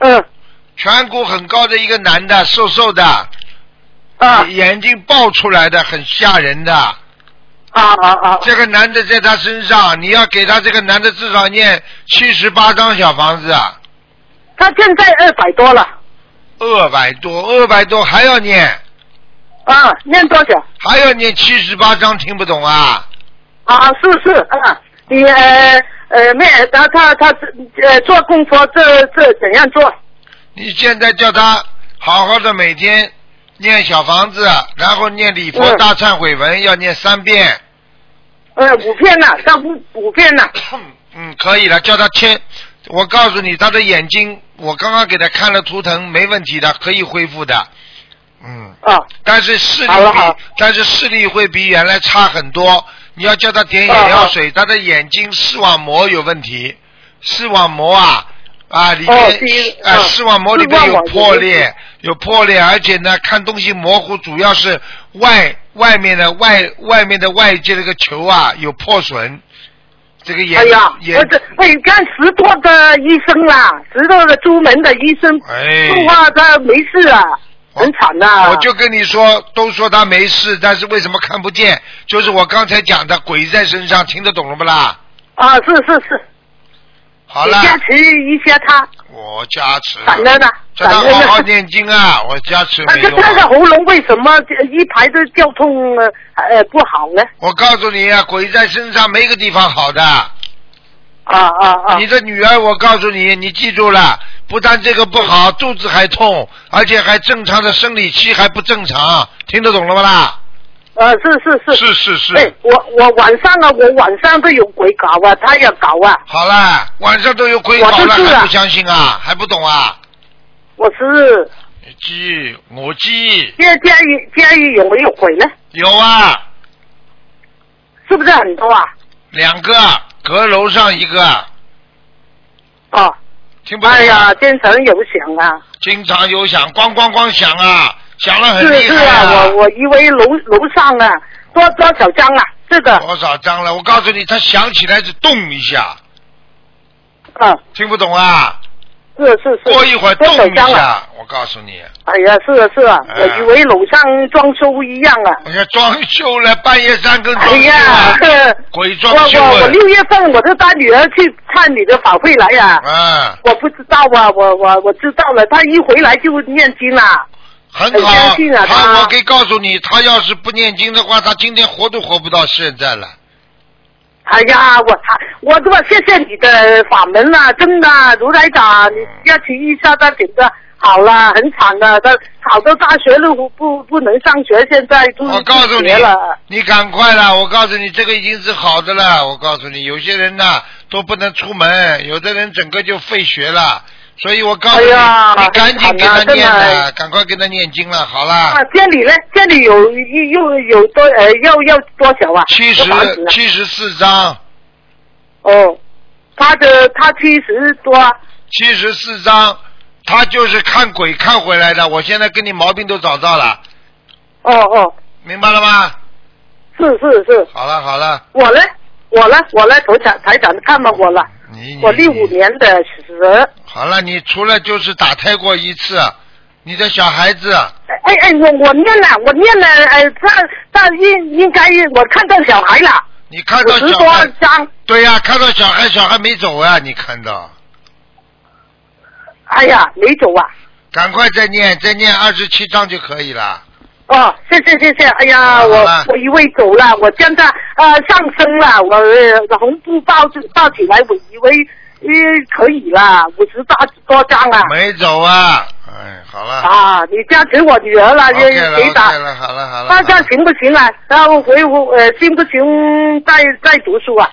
S7: 你嗯
S1: 颧骨很高的一个男的，瘦瘦的，
S7: 啊
S1: 眼睛爆出来的，很吓人的。
S7: 啊啊啊！
S1: 这个男的在他身上，你要给他这个男的至少念七十八张小房子啊，
S7: 他现在二百多了
S1: 二百多，二百多还要念，
S7: 啊，念多少？
S1: 还要念七十八张，听不懂啊？
S7: 啊，是是啊，你呃呃，没有他他他呃做功课这这怎样做？
S1: 你现在叫他好好的每天念小房子，啊然后念礼佛
S7: 嗯
S1: 大忏悔文，要念三遍。
S7: 呃，五片了，到五五片了。
S1: 嗯，可以了，叫他切。我告诉你，他的眼睛，我刚刚给他看了图腾，没问题的，可以恢复的。嗯，
S7: 哦，
S1: 但是视力
S7: 好了好
S1: 比
S7: 了，
S1: 但是视力会比原来差很多。你要叫他点
S7: 啊
S1: 眼药水，他的眼睛视网膜有问题，视网膜啊啊里面
S7: 哦第一
S1: 啊
S7: 嗯
S1: 视网膜里面
S7: 视
S1: 有
S7: 网膜
S1: 破裂，有破裂，而且呢看东西模糊，主要是外外面的外外面的外界这个球啊有破损，这个眼、
S7: 哎呀，我
S1: 眼
S7: 这哎，看十多个医生啦，十多个出门的医生，
S1: 哎
S7: 说话他没事啊，很惨呐、
S1: 我就跟你说，都说他没事，但是为什么看不见？就是我刚才讲的鬼在身上，听得懂了不啦？
S7: 啊，是是是，
S1: 好
S7: 你
S1: 了，
S7: 加持一下他，
S1: 我加持，
S7: 感恩啊，
S1: 叫
S7: 感
S1: 他
S7: 恩
S1: 好好
S7: 啊。
S1: 念经啊！我加持
S7: 但
S1: 没
S7: 是
S1: 用啊、
S7: 他的喉咙为什么一排的交通呃呃不好呢？
S1: 我告诉你啊，鬼在身上没一个地方好的，
S7: 啊啊啊！
S1: 你的女儿，我告诉你，你记住了，不但这个不好，肚子还痛，而且还正常的生理期还不正常，听得懂了吗啦？
S7: 呃，是是是。
S1: 是是
S7: 哎
S1: 是，，
S7: 我我晚上啊，我晚上都有鬼搞啊，他也搞啊，
S1: 好啦，晚上都有鬼搞
S7: 我
S1: 了，
S7: 就是啊
S1: 还不相信啊？还不懂啊？
S7: 我是
S1: 鸡，我鸡
S7: 现在监狱监狱有没有鬼呢？
S1: 有啊，
S7: 是不是很多啊？
S1: 两个，阁楼上一个，
S7: 哦，
S1: 听不懂啊
S7: 哎呀，经常有响啊，
S1: 经常有响，咣咣咣响啊，响了很
S7: 是
S1: 厉
S7: 是
S1: 害
S7: 啊，我我以为楼楼上啊，多多少张啊？这个，
S1: 多少张了？我告诉你，它响起来是动一下，
S7: 嗯，
S1: 听不懂啊？
S7: 是是是，
S1: 过一会儿
S7: 多
S1: 动
S7: 少
S1: 一
S7: 张啊？
S1: 下，我告诉你，
S7: 哎呀，是啊是啊，
S1: 哎
S7: 我以为楼上装修一样啊。
S1: 我要装修了，半夜三更装
S7: 哎
S1: 修
S7: 呀 [LAUGHS]
S1: 啊，，
S7: 呵
S1: 鬼
S7: 我
S1: 装修
S7: 我我
S1: 啊，
S7: 六月份我就带女儿去看你的法会来呀、
S1: 嗯，
S7: 我不知道啊，我我我知道了，她一回来就念经啦。
S1: 很
S7: 很
S1: 好
S7: 相信啊。
S1: 他
S7: 他
S1: 我可以告诉你，他要是不念经的话，他今天活都活不到现在了。
S7: 哎呀，我她我我谢谢你的法门啦、真的，啊卢台长，你要提一下她整个好了，很惨的，她考到大学了不不不能上学，现在就
S1: 我告诉你
S7: 学了。，
S1: 你赶快啦！我告诉你，这个已经是好的了。我告诉你，有些人呐都不能出门，有的人整个就废学了。所以我告诉你，
S7: 哎呀
S1: 你赶紧给他
S7: 很惨啊
S1: 念
S7: 真
S1: 了，
S7: 的
S1: 赶快给他念经了。好
S7: 啊
S1: 啦，，
S7: 这里呢？这里有又有多呃，要要多少啊？
S1: 七
S7: 多
S1: 十
S7: 少房子啊
S1: 七十四章，
S7: 哦，他的他七十多，
S1: 七十四章，他就是看鬼看回来的。我现在跟你毛病都找到了，
S7: 哦哦，
S1: 明白了吗？
S7: 是是是，
S1: 好了好了，
S7: 我呢，我呢，我呢，台长台长看吧，我了，
S1: 你
S7: 我
S1: 你
S7: 六五
S1: 你
S7: 年的蛇，
S1: 好了，你除了就是打胎过一次，你的小孩子。
S7: 哎哎，我我念了，我念了，呃，他他应应该我看到小孩了，
S1: 你看
S7: 五
S1: 到
S7: 十
S1: 小
S7: 多
S1: 孩，
S7: 张，
S1: 对呀、看到小孩，小孩没走啊，你看到，
S7: 哎呀，没走啊，
S1: 赶快再念，再念二十七章就可以了。
S7: 哦，谢谢谢谢，哎呀，
S1: 好了
S7: 我
S1: 好了
S7: 我以为走了，我现在呃上升了，我呃红布抱住抱起来，我以为呃可以了，五十多多张了。
S1: 没走啊，哎，好了。
S7: 啊，你加持我女儿了，
S1: OK
S7: 也
S1: 了
S7: 谁打
S1: ，OK？了，好了，好了。
S7: 那这
S1: 好
S7: 样
S1: 了
S7: 行不行啊？然后回我呃，行不行？再再读书啊？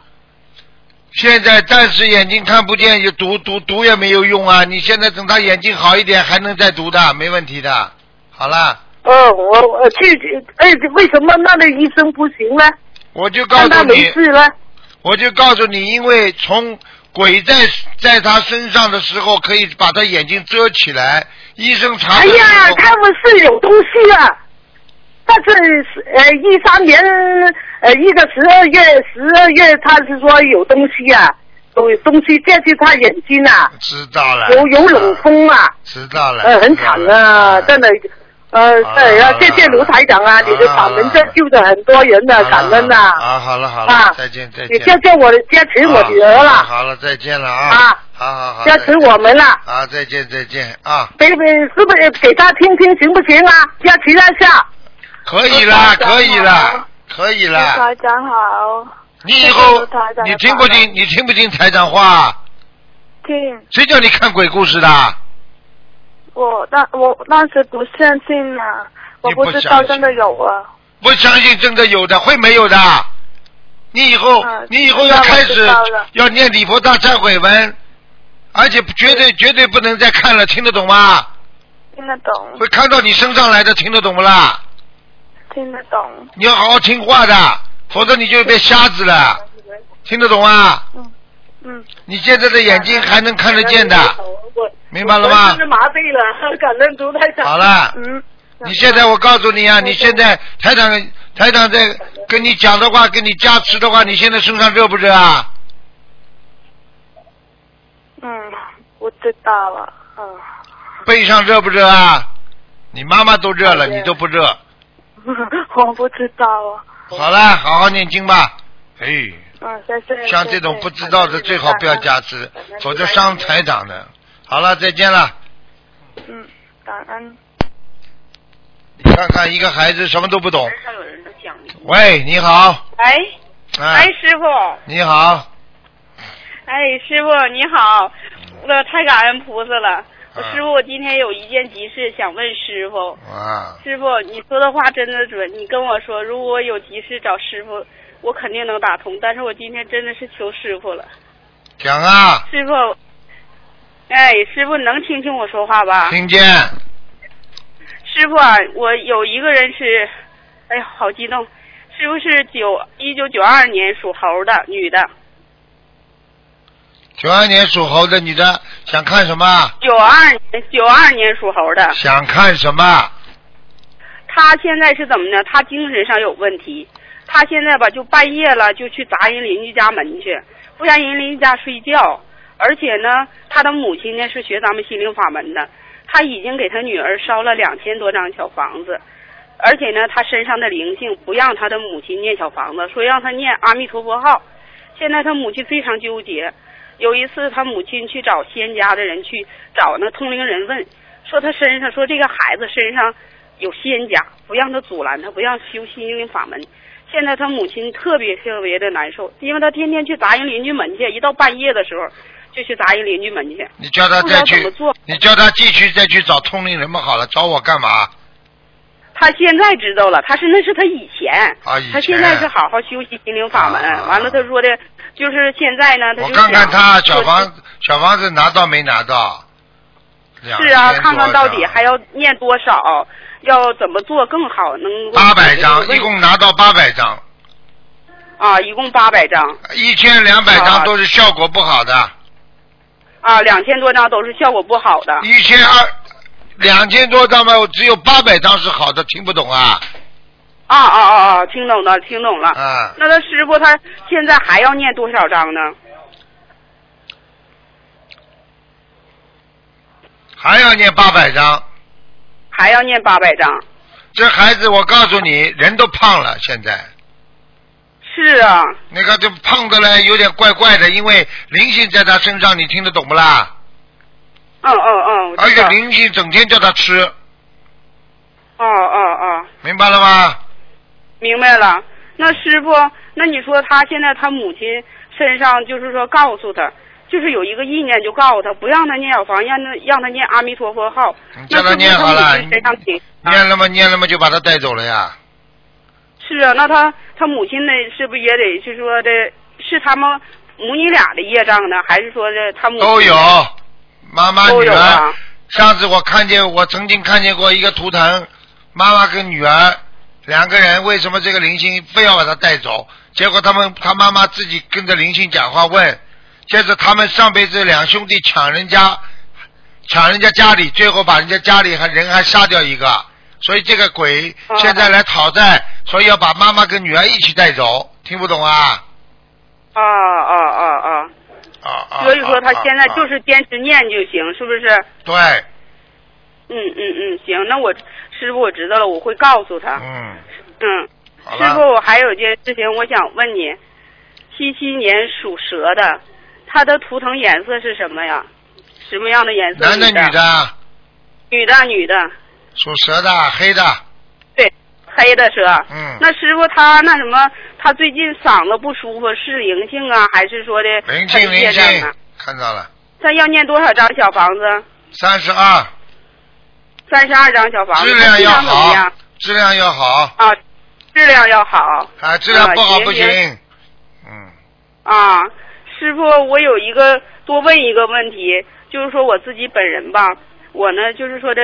S1: 现在暂时眼睛看不见，就读读读也没有用啊！你现在等他眼睛好一点，还能再读的，没问题的。好了，
S7: 哦，我我去，哎，为什么那个医生不行呢？
S1: 我就告
S7: 让
S1: 诉
S7: 他
S1: 你
S7: 没，事呢？
S1: 我就告诉你，因为从鬼在在他身上的时候，可以把他眼睛遮起来。医生查
S7: 哎
S1: 的时
S7: 呀
S1: 候，
S7: 他们是有东西啊。但是呃，一三年呃，一个十二月十二月，他是说有东西啊，有东西进去他眼睛啊，
S1: 知道了，
S7: 有有冷风啊。
S1: 知道了，
S7: 呃，很惨啊，真的。呃，
S1: 好了
S7: 对
S1: 好
S7: 啊
S1: 了，
S7: 谢谢卢台长啊，
S1: 好了
S7: 你的法门
S1: 好了
S7: 这救了很多人的
S1: 好了
S7: 感恩呐、
S1: 好了好了好了
S7: 啊，
S1: 再见啊再见。
S7: 你教教我，加持我女儿
S1: 啊
S7: 了，
S1: 好了，再见了啊
S7: 啊。
S1: 好好好。
S7: 加
S1: 再
S7: 持
S1: 见
S7: 我们了，
S1: 啊，再见再见啊，
S7: 给给是不是给他听听行不行啊？加持一下，
S1: 可以啦，
S8: 卢台长
S1: 可以啦
S8: 好，
S1: 可以
S8: 卢
S1: 啦。
S8: 台长好，
S1: 你以后
S8: 卢台长
S1: 你听不听？你听不听台长话？
S8: 听
S1: 谁叫你看鬼故事的？
S8: 我那我那时不相信啊，我
S1: 你不
S8: 知
S1: 相
S8: 道
S1: 信
S8: 真的有啊。
S1: 不相信真的有的，会没有的。你以后，
S8: 啊
S1: 你以后要开
S8: 知
S1: 始
S8: 道我知道了
S1: 要念礼佛大忏悔文，而且绝对绝对不能再看了，听得懂吗？
S8: 听得懂，
S1: 会看到你身上来的，听得懂不啦？
S8: 听得懂，
S1: 你要好好听话的，否则你就变瞎子了，听得懂吗？
S8: 嗯，
S1: 你现在的眼睛还能看得见的，明白了吗？
S7: 麻痹
S8: [LAUGHS]
S7: 了，感恩卢台
S1: 好了，
S8: 嗯，
S1: 你现在我告诉你啊，你现在台长台长在跟你讲的话，跟你加持的话，你现在身上热不热啊？
S8: 嗯，我知道了，嗯， [LAUGHS]
S1: 背上热不热啊？你妈妈都热了，你都不热。
S8: 我不知道啊，
S1: 好了，好好念经吧。哎，
S8: 嗯，谢谢。
S1: 像这种不知道的最好不要加持，否则伤台长的。好了，再见了。
S8: 嗯，感恩。
S1: 你看看一个孩子什么都不懂。喂，你好。
S9: 喂，
S1: 哎
S9: 喂，，师傅，
S1: 你好。
S9: 哎，师傅你好，我太感恩菩萨了。我
S1: 嗯啊
S9: 师傅，我今天有一件急事想问师傅。
S1: 哇，
S9: 师傅，你说的话真的准。你跟我说，如果我有急事找师傅，我肯定能打通。但是我今天真的是求师傅了，
S1: 讲啊，
S9: 师傅。哎，师傅，你能听清我说话吧？
S1: 听见
S9: 师傅啊，我有一个人是，哎呀，好激动。师傅是九一九九二年属猴的女的，
S1: 九二年属猴的女的想看什么？
S9: 九二年九二年属猴的。
S1: 想看什么？
S9: 他现在是怎么呢？他精神上有问题，他现在吧就半夜了就去砸人邻居家门去，不让人邻居家睡觉。而且呢，他的母亲呢是学咱们心灵法门的，他已经给他女儿烧了两千多张小房子，而且呢，他身上的灵性不让他的母亲念小房子，说让他念阿弥陀佛号。现在他母亲非常纠结。有一次，他母亲去找仙家的人去找那通灵人问，说他身上说这个孩子身上有仙家，不让他阻拦他，不让修心灵法门。现在他母亲特别特别的难受，因为他天天去砸人邻居门去，一到半夜的时候就去砸人邻居门去。
S1: 你叫他
S9: 不知道
S1: 再
S9: 怎么
S1: 去，
S9: 做。
S1: 你叫他继续再去找通灵人们好了，找我干嘛？
S9: 他现在知道了，他是那是他以前，
S1: 啊，以前
S9: 他现在是好好修习心灵法门。
S1: 啊
S9: 完了，他说的，就是现在呢，他
S1: 我
S9: 就
S1: 看看
S9: 想
S1: 他
S9: 说
S1: 小房小房子拿到没拿到？两
S9: 是啊，
S1: 千
S9: 看看
S1: 多
S9: 到
S1: 张
S9: 底还要念多少，要怎么做更好，能够
S1: 八百
S9: 解
S1: 张，
S9: 决
S1: 一
S9: 这个问
S1: 共拿到八百张，
S9: 啊，一共八百张
S1: 一千两百
S9: 啊
S1: 张都是效果不好的，
S9: 啊，两千多张都是效果不好的。
S1: 一千二两千多张嘛，我只有八百张是好的，听不懂啊？
S9: 啊啊啊啊，听懂了，听懂了。
S1: 啊，
S9: 那他师傅他现在还要念多少张呢？
S1: 还要念八百张。
S9: 还要念八百张。
S1: 这孩子，我告诉你，人都胖了，现在
S9: 是啊，
S1: 那个就胖的嘞，有点怪怪的，因为灵性在他身上，你听得懂不啦？
S9: 嗯嗯嗯，我
S8: [LAUGHS]
S1: 而
S9: 知
S1: 且
S9: 道。
S1: 灵性整天叫他吃，
S9: 哦哦哦，
S1: 明白了吗？
S9: 明白了。那师傅，那你说他现在他母亲身上，就是说告诉他，就是有一个意念，就告诉他不让他念小房，让他让他念阿弥陀佛号。那
S1: 你嗯叫他念好了嗯
S9: 是不是他母亲身上挺
S1: 念了吗？念了吗？就把他带走了呀。
S9: 是啊，那他他母亲呢，是不是也得是说的，是他们母女俩的业障呢，还是说的他母亲
S1: 都有，妈妈
S9: 嗯都
S1: 女
S9: 有
S1: 儿
S9: 啊。？
S1: 上次我看见，我曾经看见过一个图腾，妈妈跟女儿两个人，为什么这个灵性非要把她带走？结果他们他妈妈自己跟着灵性讲话问，接着他们上辈子两兄弟抢人家，抢人家家里，最后把人家家里还人还杀掉一个，所以这个鬼
S9: 哦
S1: 现在来讨债，所以要把妈妈跟女儿一起带走，听不懂啊？
S9: 啊啊啊
S1: 啊啊！
S9: 啊！所以说他
S1: 啊
S9: 现在
S1: 啊
S9: 就、是坚持念就行，是不是？
S1: 对，
S9: 嗯嗯嗯，行，那我师傅我知道了，我会告诉他。
S1: 嗯，
S9: 嗯，
S1: 好
S9: 师傅，
S1: 了，
S9: 我还有一件事情我想问你，七七年属蛇的，它的图腾颜色是什么呀？什么样的颜色？
S1: 男的
S9: 女的？
S1: 女的，
S9: 女的，女的，
S1: 属蛇的，黑的，
S9: 对，黑的蛇。
S1: 嗯。
S9: 那师傅他那什么，他最近嗓子不舒服，是灵性啊，还是说的
S1: 灵
S9: 他
S1: 性
S9: 的
S1: 灵
S9: 业障
S1: 性
S9: 啊？，
S1: 看到了，
S9: 他要念多少张小房子？
S1: 三十二，
S9: 三十二张小房子，
S1: 质量要
S9: 他怎么
S1: 好
S9: 样，
S1: 质量要好，
S9: 啊？质量要好。
S1: 啊，质量不好不
S9: 行
S1: 行。嗯，
S9: 啊，师傅，我有一个多问一个问题，就是说我自己本人吧，我呢就是说的，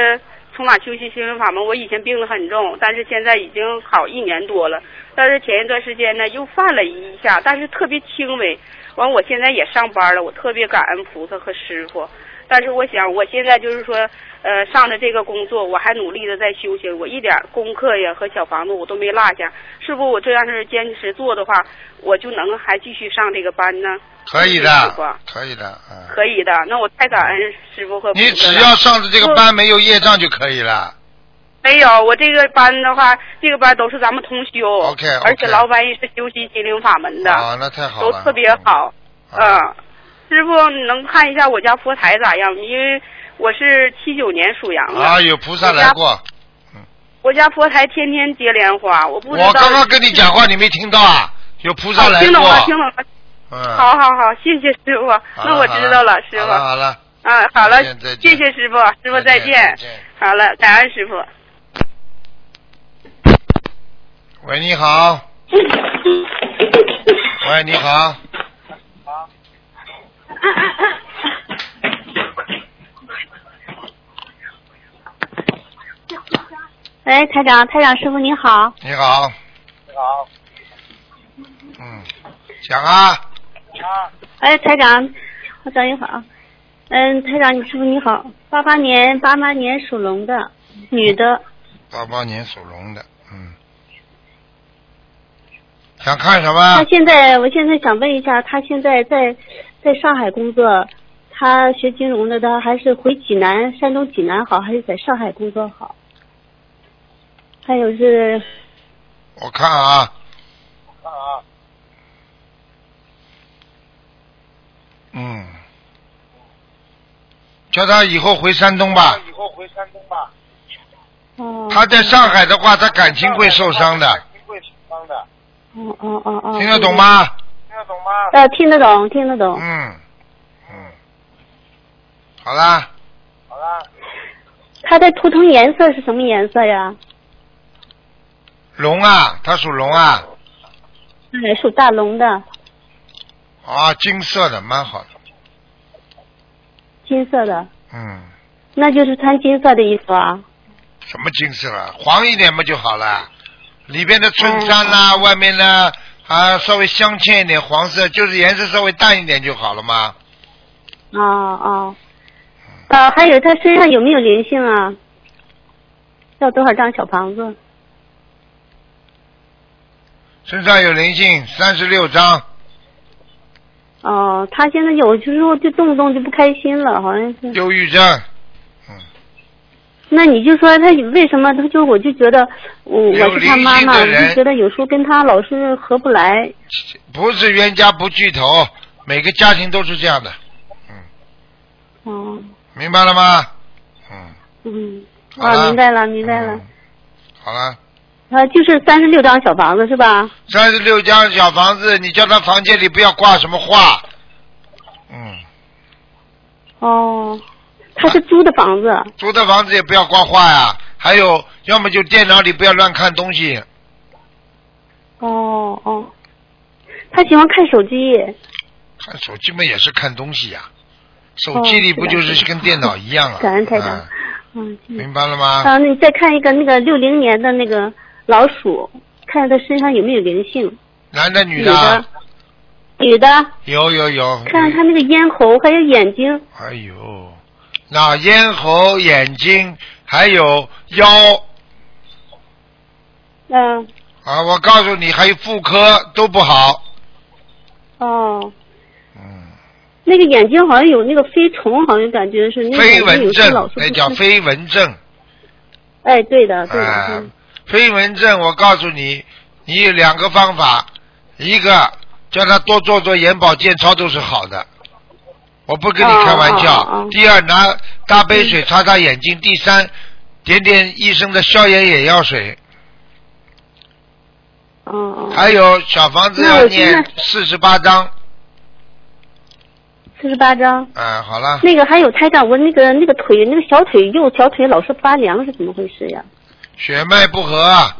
S9: 从哪修习心灵法门？我以前病得很重，但是现在已经好一年多了。但是前一段时间呢，又犯了一下，但是特别轻微。完，我现在也上班了，我特别感恩菩萨和师傅。但是我想，我现在就是说，呃，上的这个工作，我还努力的在修行，我一点功课呀和小房子我都没落下。是不是我这样是坚持做的话，我就能还继续上这个班呢？
S1: 可以
S9: 师
S1: 的
S9: 傅，
S1: 可以的，嗯。
S9: 可以的，那我太感恩师傅和菩萨
S1: 你
S9: 了
S1: 只要上的这个班没有业障就可以了。
S9: 没有我这个班的话，这个班都是咱们同修
S1: OK，OK
S9: 而且老板也是修习心灵法门的，
S1: 哦，那太好
S9: 都
S1: 了。
S9: 特别好。
S1: 嗯。啊
S9: 嗯，师傅你能看一下我家佛台咋样？因为我是七九年属羊的，
S1: 啊，有菩萨来过。
S9: 我家佛台天天结莲花，我不知道。
S1: 我刚刚跟你讲话，你没听到啊？有菩萨
S9: 哦
S1: 来
S9: 听懂了，听
S1: 过。
S9: 懂了。
S1: 嗯，
S9: 好好好，谢谢师傅。
S1: 好了，
S9: 那我知道了，师
S1: 好
S9: 傅。
S1: 了好了，
S9: 嗯，好了
S1: 再见再，
S9: 谢
S1: 见
S9: 谢师傅，师傅再见。
S1: 见。
S9: 好了，感恩师傅。
S1: 喂，你好。喂，你好。
S10: 喂，哎台长，台长师傅您好，
S1: 你好。你好。嗯，讲啊，
S10: 哎，台长，我等一会儿啊。嗯，台长，你师傅你好，八八年，八八年属龙的女的，
S1: 八八年属龙的，嗯，想看什么
S10: 她？现在，我现在想问一下，她现在在在上海工作，她学金融的，她还是回济南，山东济南好，还是在上海工作好？还有是，
S1: 我看啊。嗯，叫他以后回山东吧。
S10: 哦，
S1: 他在上海的话，他感情会受伤的，
S10: 哦哦哦哦，
S1: 听得懂？吗？
S10: 呃，听得懂，听得懂。
S1: 嗯，嗯，好啦，
S10: 她的图腾颜色是什么颜色呀？
S1: 龙啊，他属龙啊，
S10: 哎，属大龙的，
S1: 啊，金色的，蛮好的，
S10: 金色的，
S1: 嗯，
S10: 那就是穿金色的衣服啊。
S1: 什么金色啊？黄一点嘛就好了，里边的衬衫啦、外面呢啊，稍微镶嵌一点黄色，就是颜色稍微淡一点就好了嘛。
S10: 哦哦，啊，还有他身上有没有灵性啊？要多少张小房子？
S1: 身上有灵性，三十六张，
S10: 哦，他现在有时候就动不动就不开心了，好像是。
S1: 忧郁症，嗯，
S10: 那你就说他为什么？他就我就觉得我
S1: 有
S10: 我是他
S1: 灵
S10: 妈
S1: 性
S10: 妈，
S1: 的
S10: 我就
S1: 人
S10: 觉得有时候跟他老是合不来。
S1: 不是冤家不聚头，每个家庭都是这样的，
S10: 哦，
S1: 明白了吗？嗯，
S10: 嗯，
S1: 好了
S10: 啊，明白了，明白了
S1: 嗯。好了。
S10: 啊，就是三十六张小房子是吧？
S1: 三十六间小房子，你叫他房间里不要挂什么画。嗯，
S10: 哦，他是租的房子。
S1: 租的房子也不要挂画呀。还有，要么就电脑里不要乱看东西，
S10: 哦哦，他喜欢看手机。
S1: 看手机嘛也是看东西
S10: 哦
S1: 呀、手机里不就是跟电脑一样啊？
S10: 感恩台长
S1: 嗯
S10: 嗯，
S1: 明白了
S10: 啊，
S1: 吗？
S10: 那你再看一个那个六零年的那个老鼠，看看它身上有没有灵性，
S1: 男的女
S10: 女
S1: 的嗯
S10: 的
S1: 啊？，
S10: 女的，
S1: 有有有。
S10: 看看它那个咽喉还有眼睛，
S1: 哎呦，那咽喉、眼睛还有腰
S10: 嗯、
S1: 啊，我告诉你，还有妇科都不好。
S10: 哦，
S1: 嗯。
S10: 那个眼睛好像有那个飞虫，好像感觉是那个
S1: 飞
S10: 眼睛
S1: 蚊
S10: 有些哎老
S1: 症
S10: 是，不
S1: 那叫
S10: 是
S1: 飞蚊症。
S10: 哎，对的，对的，
S1: 啊
S10: 嗯，
S1: 飞蚊症，我告诉你，你有两个方法，一个叫他多做做眼保健操都是好的，我不跟你开玩笑。
S10: 哦哦嗯哦
S1: 第二，拿大杯水擦擦眼睛；第三，点点医生的消炎眼药水。
S10: 哦哦，
S1: 还有小房子
S10: 那
S1: 要
S10: 我现
S1: 念
S10: 在
S1: 四十八章。
S10: 四十八张。
S1: 嗯，好了，
S10: 那个还有台长，我那个那个腿那个小腿右小腿老是发凉，是怎么回事呀？
S1: 血脉不和，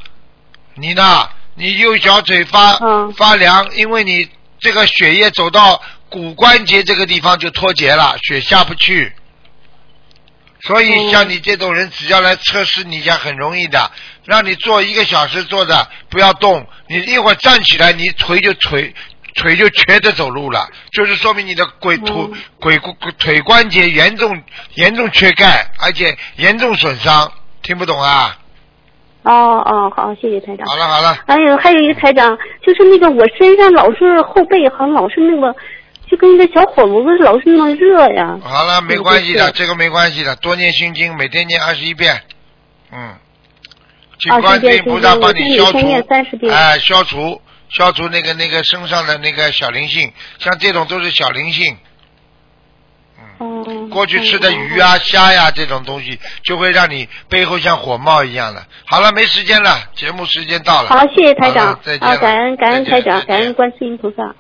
S1: 你呢？你右小腿发、
S10: 嗯
S1: 发凉，因为你这个血液走到骨关节这个地方就脱节了，血下不去。所以
S10: 嗯
S1: 像你这种人，只要来测试你一下，很容易的。让你坐一个小时坐着，不要动，你一会儿站起来，你腿就腿腿就瘸着走路了，就是说明你的腿腿
S10: 嗯
S1: 腿骨腿关节严重严重缺钙，而且严重损伤。听不懂啊？
S10: 哦哦，好，谢谢台长。
S1: 好了好了，
S10: 还有还有一个台长，就是那个我身上老是后背好像老是那个，就跟一个小火炉子老是那么热呀。
S1: 好了，没关系的，
S10: 嗯对
S1: 这个没关系的，多念心经，每天念二十一遍，嗯，哦请
S10: 啊
S1: 观
S10: 谢谢
S1: 世音菩萨
S10: 谢谢
S1: 帮
S10: 我
S1: 你
S10: 每
S1: 消
S10: 啊天
S1: 除
S10: 念30，遍
S1: 哎，消除消除那个那个身上的那个小灵性，像这种都是小灵性，
S10: 嗯。
S1: 过去吃的鱼啊、虾呀、这种东西，就会让你背后像火冒一样的。好了，没时间了，节目时间到
S10: 嗯。
S1: 了。
S10: 好，谢谢台
S1: 好
S10: 长
S1: 了再见
S10: 啊，
S1: 了
S10: 感恩感恩
S1: 再
S10: 台
S1: 见
S10: 长
S1: 再，见
S10: 感恩观世音菩萨。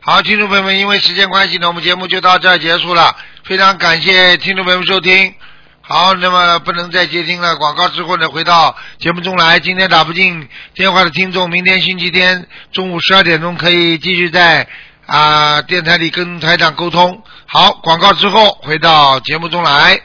S1: 好，听众朋友们，因为时间关系呢，我们节目就到这儿结束了。非常感谢听众朋友们收听。好，那么不能再接听了，广告之后呢，回到节目中来。今天打不进电话的听众，明天星期天中午十二点钟可以继续在啊、电台里跟台长沟通。好，广告之后回到节目中来。